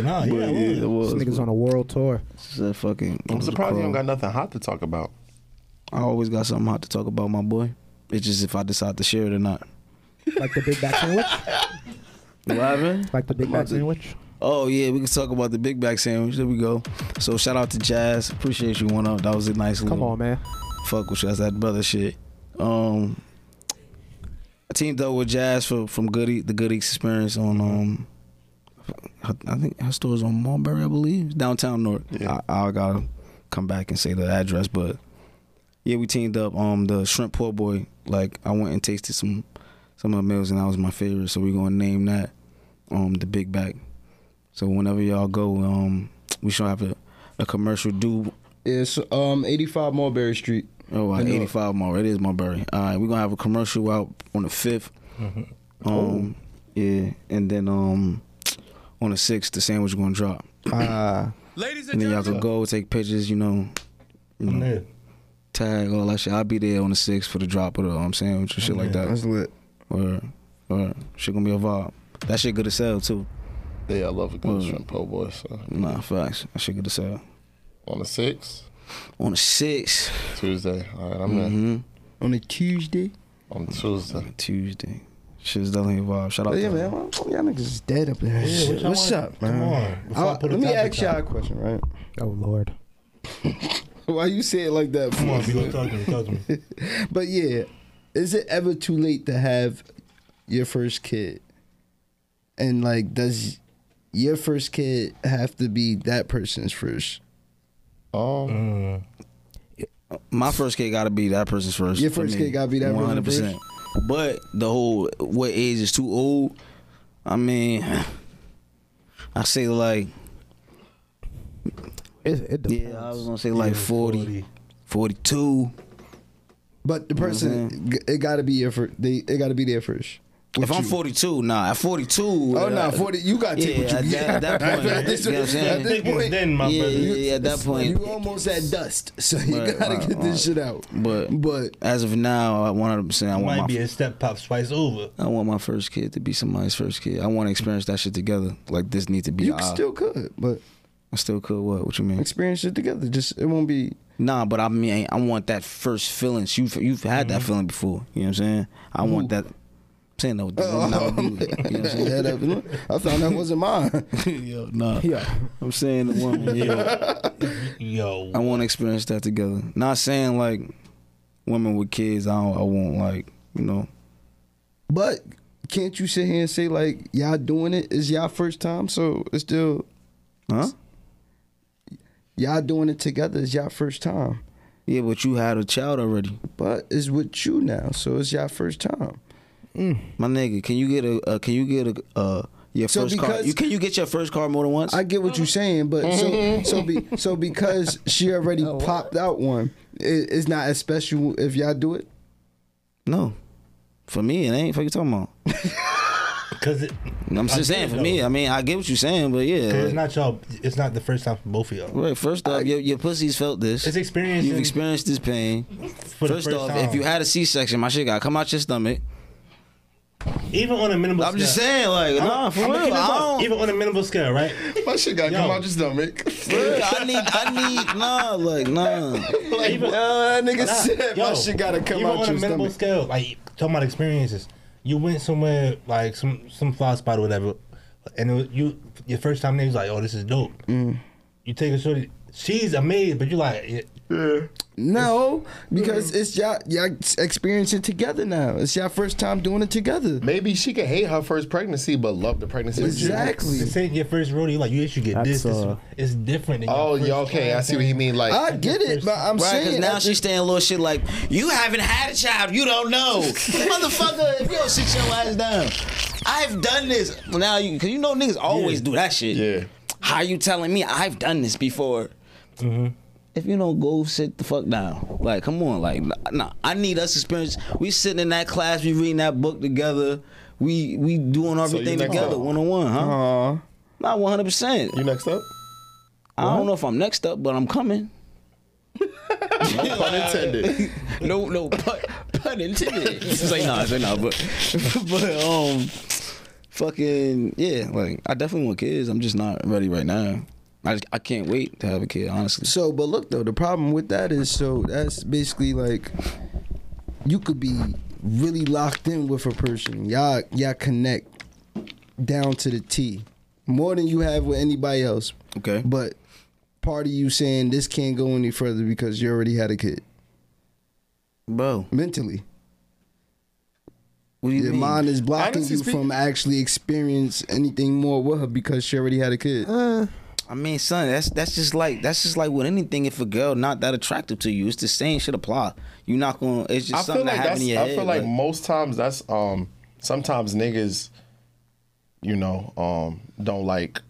E: nah, yeah, I
B: But,
E: was.
B: yeah, I
F: this
B: was.
F: nigga's on a world tour.
B: It's that fucking. it
D: I'm
B: was a
D: surprised you don't
B: club.
D: got nothing hot to talk about.
B: I always got something hot to talk about, my boy. It's just if I decide to share it or not.
F: Like the big back sandwich.
B: What happened?
F: Like the big back sandwich.
B: Oh yeah, we can talk about the big back sandwich. There we go. So shout out to Jazz. Appreciate you one up. That was a nice
F: Come
B: little
F: on, man.
B: fuck with you. That's that brother shit. Um, I teamed up with Jazz for from Goody the Goody Experience on um, her- I think her store's on Mulberry, I believe, downtown North.
D: Yeah.
B: I, I gotta come back and say the address, but yeah, we teamed up. Um, the shrimp poor boy. Like I went and tasted some some of the meals, and that was my favorite. So we gonna name that um the Big Back. So whenever y'all go, um, we should have a, a commercial do
G: It's um 85 Mulberry Street.
B: Oh, wow,
G: I know.
B: 85 more. It is Mulberry. All right, we're going to have a commercial out on the 5th.
G: Mm-hmm.
B: Um, Yeah, and then um, on the 6th, the sandwich going to drop.
G: Ah,
A: Ladies
B: And then y'all can go, take pictures, you know, you
E: I'm
B: know,
E: there.
B: tag, all that shit. I'll be there on the 6th for the drop of the um, sandwich and shit like that.
G: that's lit.
B: Or, or shit going to be a vibe. That shit good to sell, too.
D: Yeah, I love a good
B: Mm.
D: shrimp po' boy. So
B: Nah, facts. That shit good to sell.
D: on the sixth,
B: On the 6th,
D: Tuesday. All right, I'm in
B: hmm
G: On a Tuesday.
D: on Tuesday.
B: Tuesday. Shit's definitely a vibe. Shout out
G: But yeah,
B: to
G: man, y'all niggas is dead up there.
E: Yeah, what
G: Shit,
E: y'all
G: What's
E: want-
G: up,
E: come
G: man?
E: on, before I
G: I-
E: put a
G: let me
E: topic
G: ask y'all
E: out.
G: a question, right?
F: Oh Lord.
G: Why you say it like that?
E: Come on, we
G: fool?
E: gonna talk to me. Talk to me.
G: But yeah, is it ever too late to have your first kid? And like, does your first kid have to be that person's first?
D: Um,
E: Mm.
B: My first kid gotta be that person's first.
G: Your
B: for
G: first
B: me,
G: kid gotta be that person's first?
B: 100%. But the whole what age is too old. I mean, I say like
F: It, it depends.
B: yeah, I was gonna say like
E: Yeah,
B: 40, 42.
G: But the
B: I'm
G: person, g it gotta be your first. They, it gotta be their first.
B: if I'm 42, nah, at 42.
G: Oh no,
B: uh,
G: forty. You got to
B: Yeah,
G: take what
B: at
G: you
B: that, at
G: get.
B: that point,
G: At this-
B: you know what I'm
G: at
B: saying?
G: this
E: Thick as
G: point-
E: then, my
B: yeah,
E: brother.
B: yeah, yeah, at that point.
G: You almost at dust, so you
B: Right,
G: gotta
B: right,
G: get this
B: right.
G: shit out.
B: But
G: But
B: as of now, I 100. percent I want
E: Might
B: my
E: be a step pop spice over.
B: I want my first kid to be somebody's first kid. I want to experience that shit together. Like this need to be.
G: you
B: our-
G: still could, but
B: I still could. What? What you mean?
G: experience it together. Just it won't be.
B: Nah, but I mean, I want that first feeling. You've you've had that feeling before. You know what I'm saying? I want that. I'm saying no.
G: Oh,
B: not you. You know what I'm
G: Head up. I found that wasn't mine.
B: saying? Yo, nah.
F: Yeah.
B: I'm saying the woman.
E: Yo,
B: I want to experience that together. Not saying like women with kids. I don't, I won't like you know.
G: But can't you sit here and say like y'all doing it is y'all first time, so it's still
B: Huh?
G: y'all doing it together is y'all first time.
B: Yeah, but you had a child already,
G: But it's with you now, so it's y'all first time.
B: my nigga. Can you get a? Uh, can you get a? Uh, your
G: So
B: first car.
G: because-
B: You can you get your first car more than once?
G: I get what you're saying, but so so be so because she already popped out one, it, it's not as special if y'all do it.
B: no. For me, it ain't. What you talking about?
E: because it,
B: I'm just
E: I
B: saying.
E: get
B: For me,
E: though.
B: I mean, I get what you're saying, but yeah.
E: 'cause it's
B: like-
E: not y'all. It's not the first time for both of y'all.
B: Right. First off, your, your pussy's felt this.
E: It's experiencing
B: You've experienced this pain.
E: for the
B: first,
E: first
B: off,
E: time.
B: if you had a C-section, my shit got to come out your stomach.
E: even on a minimal.
B: I'm just
E: scale-
B: saying, like,
E: I'm-
B: nah, for
E: I'm
B: real.
E: looking this
B: I
E: up.
B: don't.
E: Even on a minimal scale, right?
D: my shit got to
E: Yo.
D: come out your stomach.
B: for real, I need, I need, nah, like, nah.
E: Like, even,
G: that Uh, nigga
E: Nah,
G: said
E: yo,
G: my shit gotta come
E: even
G: out
E: on a
G: your
E: minimal
G: stomach.
E: scale. Like talking about experiences, you went somewhere like some some fly spot or whatever, and it was, you your first time there was like, oh, this is dope. You take a shorty, she's amazed, but you like, yeah,
G: No, because it's y'all y'all experiencing together now. It's y'all first time doing it together.
D: Maybe she could hate her first pregnancy, but love the pregnancy.
G: Exactly.
E: this ain't your first rodeo. Like you should get this.
F: That's,
E: this
F: uh,
E: it's different. Than
D: Oh,
E: your first
D: yeah, okay. I see what you mean. Like,
G: I get it, but I'm
B: Right,
G: saying
B: cause now
G: I
B: she's saying little shit like, "You haven't had a child, you don't know, motherfucker. If you don't sit your ass down, I've done this. Well, now you, cause you know niggas always do that shit.
D: Yeah.
B: How you telling me I've done this before?
G: Mm-hmm.
B: If you don't go sit the fuck down, like come on, like nah, nah. I need us experience. We sitting in that class, we reading that book together, we we doing everything
D: next
B: together,
D: up.
B: one on one, huh?
G: Aw.
B: Not one hundred percent.
D: uh, you next up?
B: I don't know if I'm next up, but I'm coming.
D: Pun intended.
B: no, no, pun, pun intended. It's like, nah, it's like, nah, but, but, um, fucking, yeah, like, I definitely want kids. I'm just not ready right now. I, just, I can't wait to have a kid, honestly.
G: So, but look though, the problem with that is so that's basically like you could be really locked in with a person. Y'all y'all connect down to the T more than you have with anybody else.
B: Okay.
G: But part of you saying this can't go any further because you already had a kid
B: Bro,
G: mentally.
B: what do you
G: Your
B: mean?
G: mind is blocking
D: Honestly
G: you from actually experience anything more with her because she already had a kid.
B: Uh, I mean, son, that's that's just like that's just like with anything. If a girl not that attractive to you, it's the same shit apply. You're not gonna. It's just
D: I feel
B: something
D: like
B: that
D: that's.
B: happened in your
D: I
B: head.
D: feel like most times that's. Um, sometimes niggas, you know, um, don't like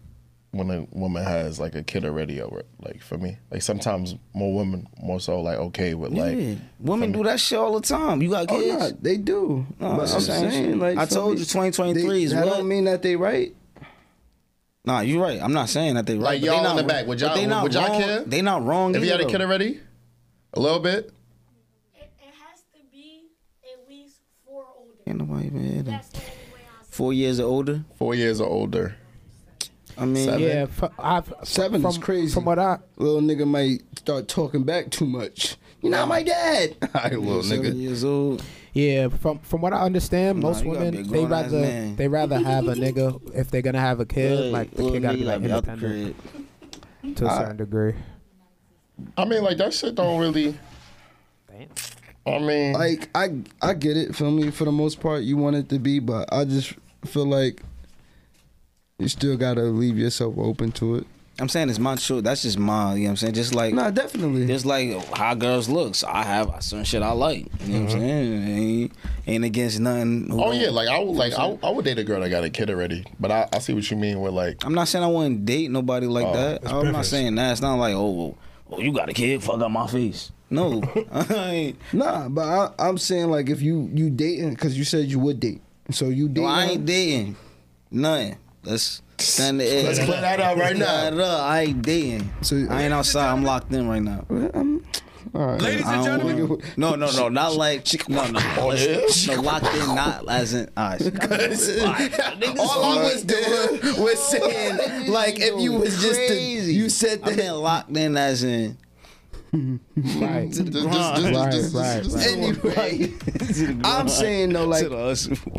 D: when a woman has like a kid already. Or like for me, like sometimes more women more so like okay with like.
B: yeah. women do that shit all the time. You got
G: Oh,
B: kids.
G: nah, they do.
B: No,
G: but
B: it's
G: I'm
B: the same
G: saying,
B: shit.
G: like,
B: I told you, 2023
G: they,
B: is
G: that
B: what?
G: don't mean that they right.
B: Nah, you're right. I'm not saying that they
D: Like
B: right. but they
D: y'all in
B: not-
D: the back, would
B: but
D: y'all-
B: they not
D: would y'all
B: wrong-
D: care?
B: They not wrong.
D: Have you had a
B: either,
D: kid
B: though.
D: already? A little bit.
H: It, it has to be at least four or older.
B: Ain't nobody even had them.
H: That's the only way I see
B: Four years or older.
D: Four years or older.
B: I mean,
D: Seven.
F: Yeah, fu- I've,
G: Seven
F: from,
G: is crazy.
F: From what I
G: Little nigga might start talking back too much. You're not my dad. I little
B: seven
G: nigga.
B: years old.
F: Yeah, from from what I understand,
B: Nah,
F: most
B: you gotta be a
F: women they
B: grown-ass
F: rather
B: man.
F: they rather have a nigga if they're gonna have a kid, like the
B: Little
F: kid gotta be
B: nigga
F: like
B: out the
F: independent
B: crib.
F: to a certain degree.
D: I mean, like that shit don't really. I mean,
G: Like I, I get it. Feel me? For the most part, you want it to be, but I just feel like you still gotta leave yourself open to it.
B: I'm saying it's my choice. That's just my. You know what I'm saying? Just like
G: Nah, definitely.
B: Just like how girls look. So I have certain shit I like. You know what I'm saying? Ain't, ain't against nothing. who
D: Mm-hmm. oh
B: don't-
D: yeah, like I would like I, would- I would date a girl that got a kid already, but I, I see what you mean. With like,
B: I'm not saying I wouldn't date nobody like that. I'm not
E: preference.
B: saying that. It's not like oh, well, oh, you got a kid. Fuck up my face. No, I ain't.
G: nah, but I, I'm saying like if you you dating because you said you would date, so you date.
B: No, I ain't dating. Nothing. Let's stand the edge.
D: let's clear that out right
B: Nah,
D: now.
B: nah, I ain't dating.
G: So-
B: I ain't outside. I'm locked in right now.
A: Ladies
B: I
A: and
B: don't
A: gentlemen,
B: wanna- no, no, no, not like no, no. let's- No, locked in, not as in. All right,
D: All I was doing was saying,
G: like if you was just to- you said
B: I've been locked in as in.
F: Right,
D: just, just, just,
F: right,
D: just,
F: right, right.
G: anyway. I'm saying though, like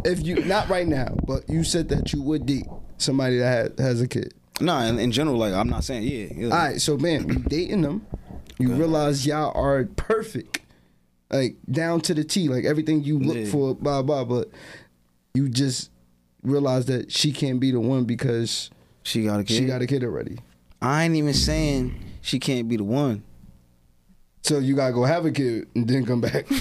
G: if you not right now, but you said that you would date somebody that ha- has a kid.
B: No, in, in general, like I'm not saying yeah. yeah.
G: All right, so man, you dating them, you realize y'all are perfect, like down to the T, like everything you look
B: Yeah.
G: for, blah blah. But you just realize that she can't be the one because
B: She got a kid.
G: she got a kid already.
B: I ain't even saying she can't be the one.
G: So you gotta go have a kid and then come back.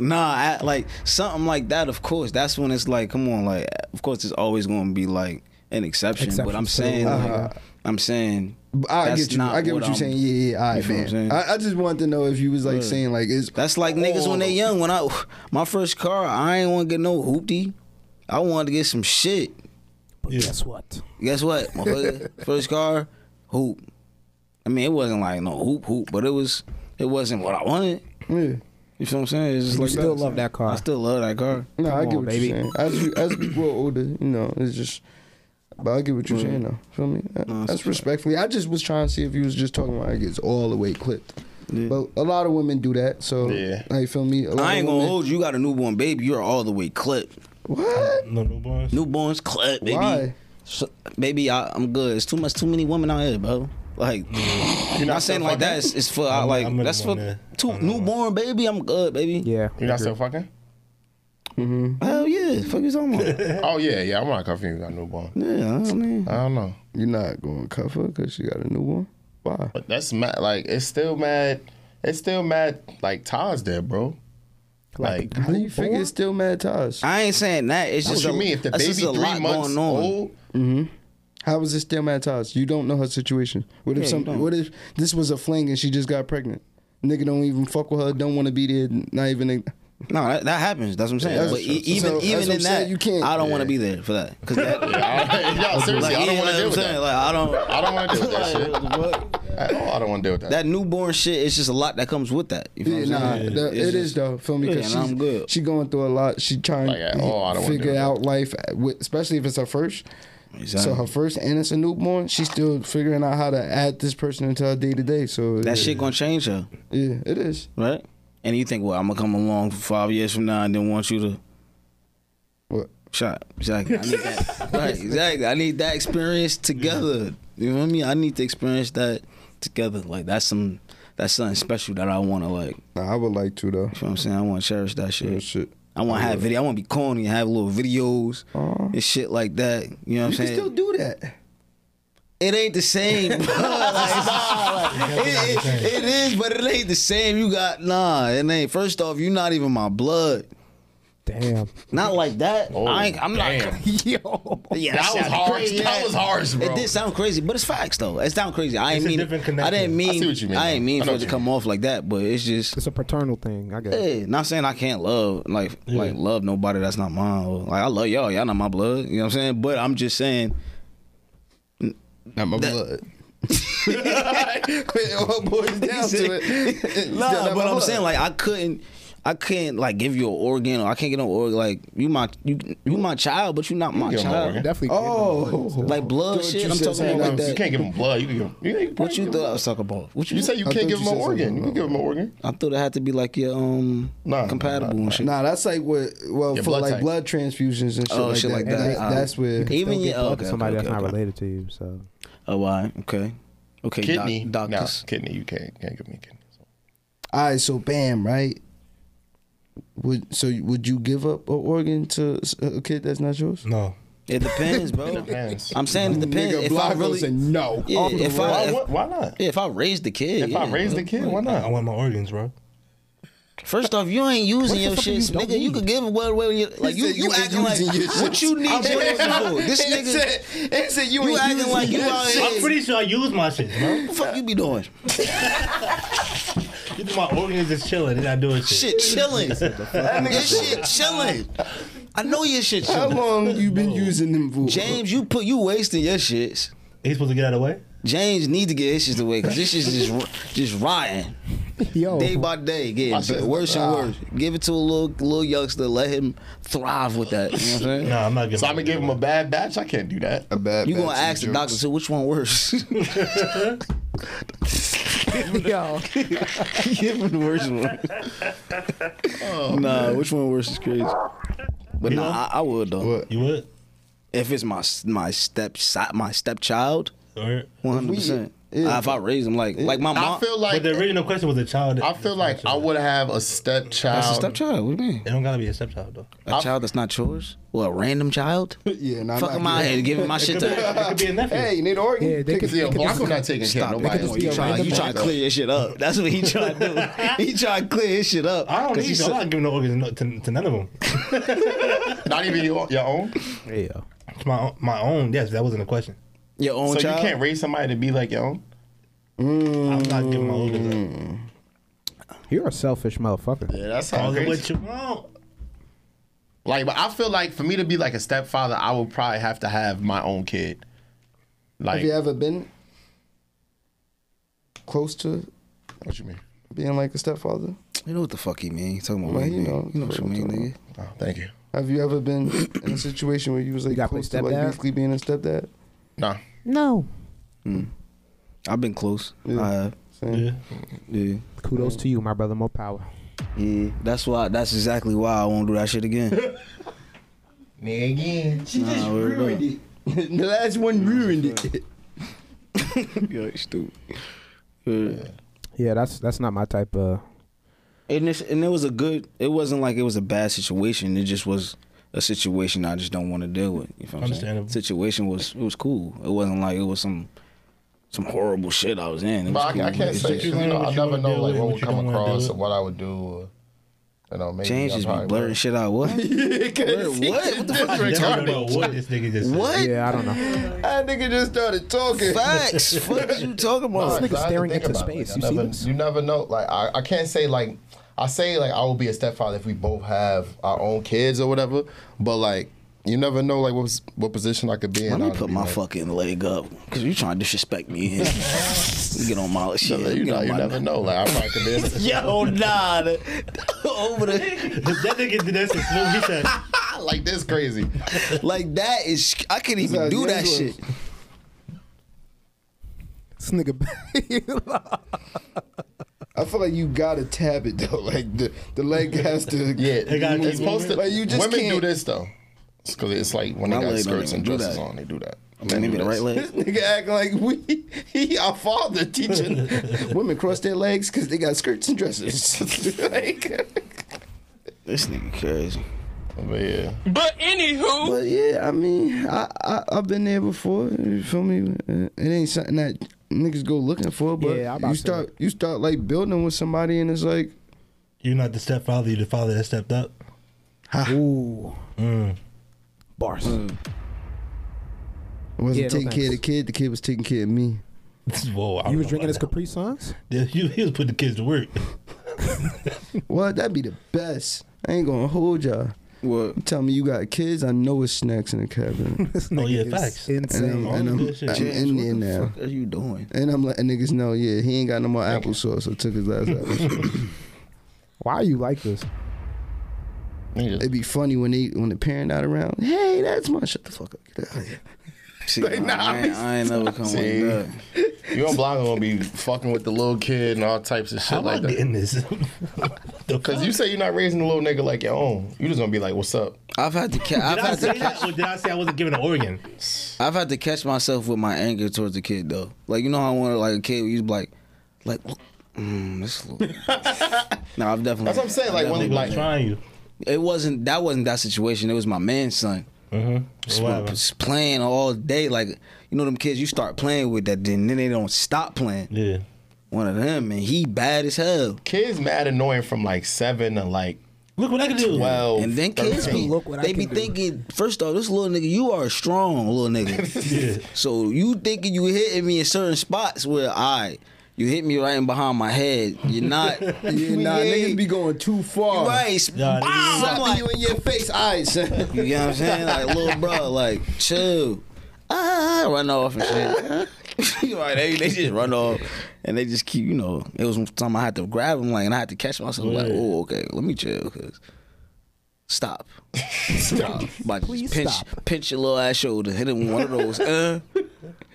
B: Nah, I, like something like that. Of course, that's when it's like, come on, like, of course, it's always going to be like an exception. But I'm
F: Exceptions to the
B: saying,
F: rule.
B: like,
G: Uh-huh.
B: I'm saying,
G: I
B: that's
G: get you.
B: not
G: I get what, you're
B: I'm-
G: saying. Yeah, yeah. All
B: You
G: right,
B: feel what I'm
G: man.
B: saying?
G: I, I just wanted to know if you was like saying like it's
B: That's like niggas when they
G: Oh.
B: young. When I my first car, I ain't want to get no hoopty. I wanted to get some shit.
F: but guess what?
B: Guess what, motherfucker? first car, hoop. I mean, it wasn't like no hoop hoop, but it was. It wasn't what I wanted.
G: yeah.
B: You feel what I'm saying? It's just
F: You
B: like
F: still
B: that.
F: love that car.
B: I still love that car.
G: No, I
F: Come
G: get
F: on,
G: what
F: baby.
G: you're saying. As we, as we grow older, you know, it's just. But I get what you're saying though. Feel me? That-
B: No, it's
G: That's
B: a fact.
G: respectfully. I just was trying to see if you was just talking about it gets all the way clipped.
B: Yeah.
G: But a lot of women do that. So
D: Yeah.
G: like feel me? A lot
B: I ain't
G: of
B: gonna
G: women-
B: hold you. You got a newborn baby. You're all the way clipped.
G: What?
E: No newborns.
B: Newborns clipped, baby.
G: Why?
B: So, baby, I, I'm good. It's too much, too many women out here, bro. Like,
D: You're
B: not
D: still
B: saying like that.
D: fucking?
B: It's, it's for I,
E: I'm-
B: like
E: I'm in
B: that's
E: the
B: for
E: one there.
B: two
E: I'm in the one.
B: newborn baby. I'm good, baby.
F: Yeah.
D: You're not still fucking?
G: Mm-hmm.
B: Hell yeah. Fuck you talking about?
D: Oh yeah, yeah. I'm not confused. I got newborn.
B: yeah, I mean,
D: I don't know,
G: You're not going to cuff her because she got a new one. Why?
D: but that's mad. Like it's still mad. It's still mad. Like Todd's there, bro. Like,
G: How do you figure it's still mad ties?
B: I ain't saying that. It's
D: what
B: just
D: you
B: a,
D: mean? If the
B: that's
D: baby
B: just a
D: three
B: lot
D: months
B: going on.
D: old,
B: Mm-hmm.
G: How is it still mad ties? You don't know her situation. What if
B: Yeah,
G: some?
B: you don't.
G: What if this was a fling and she just got pregnant? Nigga don't even fuck with her. Don't want to be there. Not even. A,
B: No, that, that happens. That's what I'm saying.
G: that's
B: but e-
G: true.
B: even
G: So, that's
B: even
G: what
B: in
G: I'm
B: that,
G: saying. You can't-
B: I don't want
G: Yeah.
B: to be there for that. Cause that,
D: yeah, seriously,
B: like,
D: I don't
B: yeah,
D: want to deal
B: that's what I'm
D: with
B: saying.
D: that.
B: Like, I don't.
D: I don't want to deal with that
B: Like,
D: shit.
B: what?
D: At all, I don't want to deal with that.
B: That newborn shit is just a lot that comes with that. You know
G: yeah,
B: what
G: nah,
B: I'm saying?
G: the-
B: It's
G: it
B: just-
G: is though. Feel me?
B: Yeah,
G: Cause
B: and
G: she's-
B: I'm good.
G: She going through a lot. She trying
D: Like,
G: to
D: oh, I don't wanna do
G: figure
D: that.
G: out life, with, especially if it's her first.
B: Exactly.
G: So her first and it's a newborn. She's still figuring out how to add this person into her day to day. So
B: That
G: yeah,
B: shit gonna change her,
G: yeah, it is.
B: right? And you think, well, I'm gonna come along five years from now and then want you to
G: What?
B: shot. Exactly. I need that. right. Exactly. I need that experience together. You know what I mean? I need to experience that together. Like that's some that's something special that I want to like. You
G: Nah, I would like to though.
B: know what I'm saying? I want to cherish that shit.
G: Real shit.
B: I want to have video. I want to be corny and have little videos
G: Aw.
B: and shit like that. You know what I'm
G: You can
B: saying?
G: still do that.
B: it ain't the same. bro. Like, nah, like, it- it- it is, but it ain't the same. You got nah. It ain't. First off, you not even my blood.
F: Damn.
B: Not like that. I ain't, I'm not.
D: Damn.
F: Yo.
B: Yeah,
D: That was
B: sounded
D: harsh.
B: crazy.
D: That was harsh, bro.
B: It did sound crazy, but it's facts though. It sound crazy. I
E: It's
B: ain't
E: a
B: mean.
E: different
B: I
E: connection.
B: didn't mean.
D: I see what you mean,
B: I ain't
D: though.
B: mean
D: I
B: for
D: know
B: it to
D: what you
B: come
D: mean.
B: off like that, but it's just.
F: It's a paternal thing. I guess.
B: Yeah, not saying I can't love like like love nobody that's not mine. Or, like I love y'all, y'all not my blood. You know what I'm saying? But I'm just saying
G: Not my blood. All boys down to it.
B: nah,
G: Still not
B: but
G: my
B: I'm
G: blood.
B: saying like I couldn't, I can't like give you an organ or I can't get no organ. Like you my you you my child, but you not my
D: give him no
B: child.
D: organ.
F: Definitely.
G: Oh,
B: Like blood
G: Thought
B: shit.
G: you
B: I'm
G: said
B: talking
G: something
B: about like
G: else.
D: You
B: that.
D: can't give him blood. You can give him. You, you
B: What
D: probably
B: you
D: give
B: thought I
D: him-
B: was talking about? What you?
D: You say you
G: I
D: can't
G: thought
D: give
G: you
D: him an
G: said
D: organ.
G: something
D: You can give him an organ.
B: I thought it had to be like your um
D: Nah, nah,
B: compatible
D: nah,
B: and shit.
G: Nah, that's like what. Well,
D: Your
G: for
D: blood
G: like
D: type.
G: blood transfusions and shit,
B: Oh,
G: like,
B: shit
G: that.
B: like that.
G: That-
B: Uh,
G: That's where.
B: Even
F: yeah.
B: yeah, okay,
F: to somebody
B: okay,
F: that's
B: okay,
F: not
B: okay.
F: related to you. So.
B: Oh, why? Okay, okay. doc-
D: Kidney. nah,
B: doctors.
D: kidney. You can't can't give me kidney.
G: All right, so bam, right. Would so would you give up an organ to s- a kid that's not yours?
E: No.
B: It depends, bro.
D: depends.
B: I'm saying it depends. if I
G: Blanco
B: really,
G: said no.
B: yeah, if I
D: Why,
B: if,
D: why not?
B: yeah, if I raise the kid,
D: If
B: yeah.
D: I raise the kid, why
E: I
D: not?
E: want my organs, bro.
B: First off, you ain't using
F: the
B: your
F: fuck
B: shit,
F: you don't
B: nigga. You
F: need?
B: could give away well, you, like you,
G: said
B: you,
G: you ain't
B: acting like
G: using your
B: what
G: shit.
B: you need organs for. This
G: It
B: nigga,
G: said- it said you,
B: you
G: ain't
B: acting
G: using
B: like you
G: your
B: out
G: shit.
E: I'm
B: here.
E: pretty sure I use my shit, bro.
B: What the fuck you be doing?
E: You think my organs is chilling and I do it shit.
B: Shit chilling. your shit chilling. I know your shit
G: How
B: chilling.
G: long you been using them for?
B: James, you put you wasting your shits.
E: He supposed to get out of the way?
B: James need to get his shit away because this shit's just just rotting
F: Yo.
B: day by day, getting
D: shit's-
B: worse
G: ah.
B: and worse. Give it to a little little youngster, let him thrive with that. You know what I'm saying?
E: Nah, I'm not giving
D: So I'm gonna give him a bad batch. I can't do that.
G: a bad
B: You gonna
G: batch of
B: ask the
G: jokes.
B: doctor, so which one worse?
F: Yo.
B: Give him the worst one.
G: Oh,
B: nah, which one worse is crazy. But nah, I, I would though.
G: What?
E: You would?
B: If it's my my step my stepchild,
E: Or,
B: one hundred percent.
G: yeah.
B: If I raise him like like my
D: I
B: mom,
D: feel
E: but
D: like
E: the original question was a child.
D: I feel like I would have a stepchild.
B: that's a stepchild. What do you mean?
E: It don't gotta be a stepchild though.
B: A child that's not yours? Or a random child?
G: Yeah, nah,
B: Fuck
G: nah,
B: him out
G: yeah.
B: here giving my shit
E: It could be,
B: to.
E: it could be a nephew.
G: Hey, you need an organ?
F: Yeah, they
G: Take
F: could-
G: it-
D: Yeah, well, I'm not taking care of nobody.
B: Oh, you trying you trying to clear your shit up? That's what he trying to do. He trying to clear his shit up.
E: I don't
B: 'Cause he
E: need. I'm
B: said-
E: not giving no organs no- to, to none of them.
D: Not even your, your own.
F: Yeah.
E: My my own. Yes, that wasn't a question.
B: Your own
D: So
B: child.
D: you can't raise somebody to be like your own.
E: I'm not giving my
D: Mm.
E: organs. up.
F: You're a selfish motherfucker.
D: Yeah, that's
E: Call
D: how
E: it
D: crazy.
E: what you want.
D: Like, but I feel like for me to be like a stepfather, I would probably have to have my own kid. Like,
G: Have you ever been close to
D: what you mean?
G: being like a stepfather?
B: You know what the fuck he mean? He talking about
G: Well,
B: what he
G: you
B: mean.
G: know,
B: you know what you
G: I'm
B: mean,
G: talking
B: nigga.
D: Oh, thank you.
G: Have you ever been in a situation where you was like
F: got
G: close
F: play
G: to like
F: stepdad?
G: basically being a stepdad?
D: Nah,
F: No.
B: I've been close.
G: Yeah.
B: I have.
E: Yeah.
B: Yeah.
F: Kudos to you, my brother. More power.
B: Yeah. That's why that's exactly why I won't do that shit again.
D: me again.
B: Nah, word up.
G: the last one ruined it.
B: Yo, you stupid. Yeah.
F: Yeah, that's that's not my type of.
B: And it's, and it was a good. It wasn't like it was a bad situation. It just was a situation I just don't want to deal with. You feel what I'm saying?
E: Understandable.
B: Situation was it was cool. It wasn't like it was some some horrible shit I was in. It was
D: But
B: cool.
D: I, I can't
B: It's
D: say
B: just-
D: you
E: learn
D: know,
E: what
D: I
E: you
D: never
E: wanna
D: know
E: do
D: like
E: and
D: what
E: what
D: would
E: you
D: come
E: don't wanna
D: across
E: do.
D: and what I would do. Or, you know, maybe
B: James
D: I
B: just be
D: probably
B: blurring
D: would.
B: shit out. What? Word, what? What the fuck?
E: I never know what this nigga just said.
B: What?
F: Yeah, I don't know.
D: That nigga just started talking.
B: Facts. what you talking
D: Nah, I
B: about?
F: nigga
D: had to
F: staring
D: think
F: into
D: about it.
F: space.
D: Like,
F: You
D: I
F: see
D: never,
F: this?
D: You never know. Like I, I can't say like I say like I will be a stepfather if we both have our own kids or whatever. But like you never know like what what position I could be in.
B: Let me
D: I'll
B: put
D: be
B: my
D: like,
B: fucking leg up because you trying to disrespect me. Here. Get on my shit.
D: You,
B: Get
D: know,
B: on
D: you
B: my
D: never know. Like I probably could be. In a-
B: Yo, nah. the- Over the
E: that nigga did that to Snoop. He said,
D: like this crazy.
B: like that is I couldn't even do that shit.
F: This nigga.
G: I feel like you gotta tab it though. Like the, the leg has to.
D: Yeah,
E: They gotta
D: it's
E: keep
D: supposed to.
G: moving. Like, you just
D: women
G: can't-
D: do this though. It's 'cause it's like when
B: My
D: they got
B: leg don't
D: skirts and
B: even do
D: dresses
B: that.
D: on, they do that.
B: I mean, maybe the right leg.
G: Nigga act like we he our father teaching women cross their legs because they got skirts and dresses. like,
B: This nigga crazy.
D: But yeah,
G: but yeah, I mean, I, I I've been there before. You feel me? Uh, It ain't something that niggas go looking for, but
F: Yeah, I'm about
G: you
F: to say
G: start you start like building with somebody, and it's like
E: You're not the stepfather, you're the father that stepped up.
F: Ooh. Bars.
G: Mm. I wasn't
F: Yeah,
G: taking care
F: no
G: of the
F: thanks.
G: kid. The kid was taking care of me.
E: Whoa, I don't
F: You was
E: know
F: drinking his
E: about
F: Capri Suns?
E: that. Yeah, you- He was putting the kids to work.
G: Well, that'd be the best. I ain't gonna hold y'all.
B: What?
G: You tell me you got kids. I know it's snacks in the cabinet.
F: This
E: Oh, yeah,
F: is
E: facts.
G: And I'm,
F: Insane.
E: Oh,
G: and I'm,
E: good shit.
G: I'm
E: James,
G: in there now.
B: What are you doing?
G: And I'm letting niggas know, yeah, he ain't got no more applesauce, so took his last applesauce.
F: Why are you like this?
G: It'd be funny when they when the parent not around. Hey, that's my shut the fuck up. Get out of here.
B: See, I, ain't, I ain't never come like
D: See?
B: that.
D: you and Blanca gonna be fucking with the little kid and all types of shit
E: How am I
D: like that.
E: getting this? the
D: Cause you say you're not raising a little nigga like your own. You just gonna be like, what's up?
B: I've had to catch. I've
E: Did I
B: had to
E: say
B: catch.
E: that or did I say I wasn't giving an organ?
B: I've had to catch myself with my anger towards the kid though. Like you know how I wanted like a kid. You be like, like, look, mm, this. Little... no, I've definitely.
D: That's what I'm saying.
B: I've
D: Like
B: definitely
D: when
B: done
D: like
B: that.
E: Trying you.
B: it wasn't that wasn't that situation. It was my man's son. Just-
E: Whatever.
B: Just playing all day, like you know them kids you start playing with that, then then they don't stop playing.
E: Yeah.
B: One of them, and he bad as hell.
D: kids mad annoying from like seven to like
E: Look what I can do.
D: twelve.
B: And then kids be,
D: 13.
F: Look what I
B: they be
F: can do.
B: thinking. First off, this little nigga, you are a strong little nigga.
E: Yeah.
B: so you thinking you hitting me in certain spots where I, you hit me right in behind my head. You're not.
G: Yeah, nah,
B: Yeah.
G: niggas be going too far.
B: right. Bow!
E: Nah, niggas-
B: I'm
G: Slapping
B: like,
G: you in your face, eyes.
B: You know what I'm saying? Like little bro, like chill. Ah, run off and shit. You right, they, they just run off and they just keep, you know, it was time I had to grab him like and I had to catch myself like,
E: Yeah.
B: oh, okay, let me chill, cause stop. Stop. About to
F: Please
B: just pinch
F: stop.
B: pinch your little ass shoulder, hit him with one of those, uh,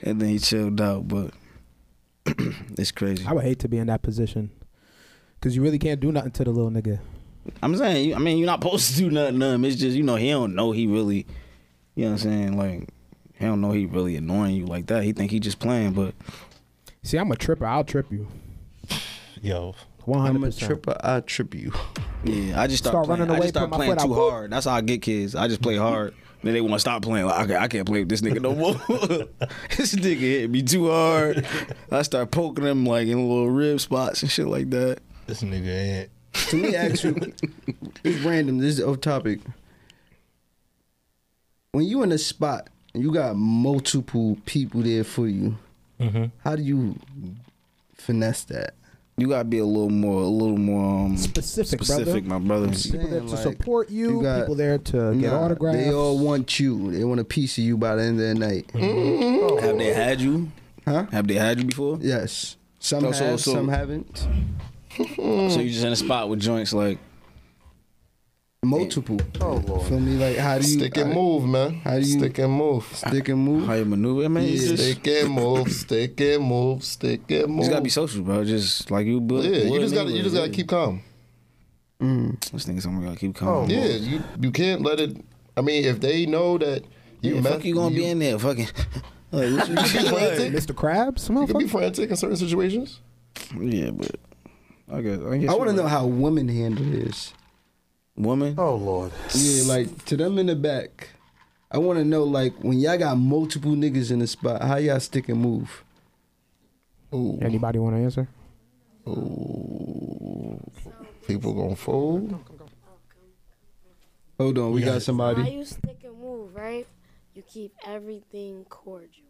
B: and then he chilled out, but it's crazy.
F: I would hate to be in that position. Cause you really can't do nothing to the little nigga.
B: I'm saying, you- I mean, you're not supposed to do nothing to him. It's just, you know, he don't know he really, you know what I'm saying? Like, he don't know he really annoying you like that. He think he just playing, but
F: See, I'm a tripper. I'll trip you.
E: Yo.
F: One
G: I'm a
F: hundred percent.
G: tripper, I trip you.
B: yeah, I just start,
F: Start
B: playing.
F: running
B: I
F: away,
B: just start
F: put my
B: playing
F: foot out.
B: too hard. That's how I get kids. I just play hard. then they want to stop playing. Like, okay, I can't play with this nigga no more. this nigga hit me too hard. I start poking him like in little rib spots and shit like that.
E: This nigga ain't.
G: To me, actually, it's random. This is off topic. When you in a spot and you got multiple people there for you,
F: Mm-hmm.
G: how do you finesse that?
B: You gotta be a little more, a little more um,
F: Specific,
B: specific, my
F: brother.
B: brother.
F: People there to
G: Saying, like,
F: support you.
G: you got-
F: people there to get
G: Nah,
F: autographs.
G: They all want you. They want a piece of you by the end of the night.
B: Have they had you?
G: Huh?
B: Have they had you before?
G: Yes. Some
B: So- so-
G: have,
B: so-
G: some haven't.
B: So you just in a spot with joints like.
G: Multiple. Oh Lord. Feel me? Like how do you
D: Stick and
G: I-
D: move, man.
G: How do you-
D: stick and move?
G: Stick and move.
B: How you maneuver, man? You just,
D: Stick and move. Stick and move. Stick and move.
B: you just gotta be social, bro. Just like you, build,
D: yeah, you
B: build
D: just gotta you just gotta
B: neighborhood.
D: keep calm.
B: This nigga, something gotta keep calm.
D: Yeah, you you can't let it. I mean, if they know that you
B: Yeah,
D: mess-
B: fuck you gonna be in there, fucking. Like, what you
I: Frantic?
F: Mr. Krabs,
I: You can be
F: motherfucker.
I: frantic in certain situations.
B: Yeah, but I guess I, guess
G: I want to
B: you're
G: know how women handle this.
B: right. woman.
A: Oh Lord.
G: Yeah, like to them in the back. I want to know like when y'all got multiple niggas in the spot, how y'all stick and move.
F: Anybody want to answer?
I: People gonna fold.
G: Hold on, we got
H: How
G: somebody.
H: you stick and move, right? You keep everything cordial.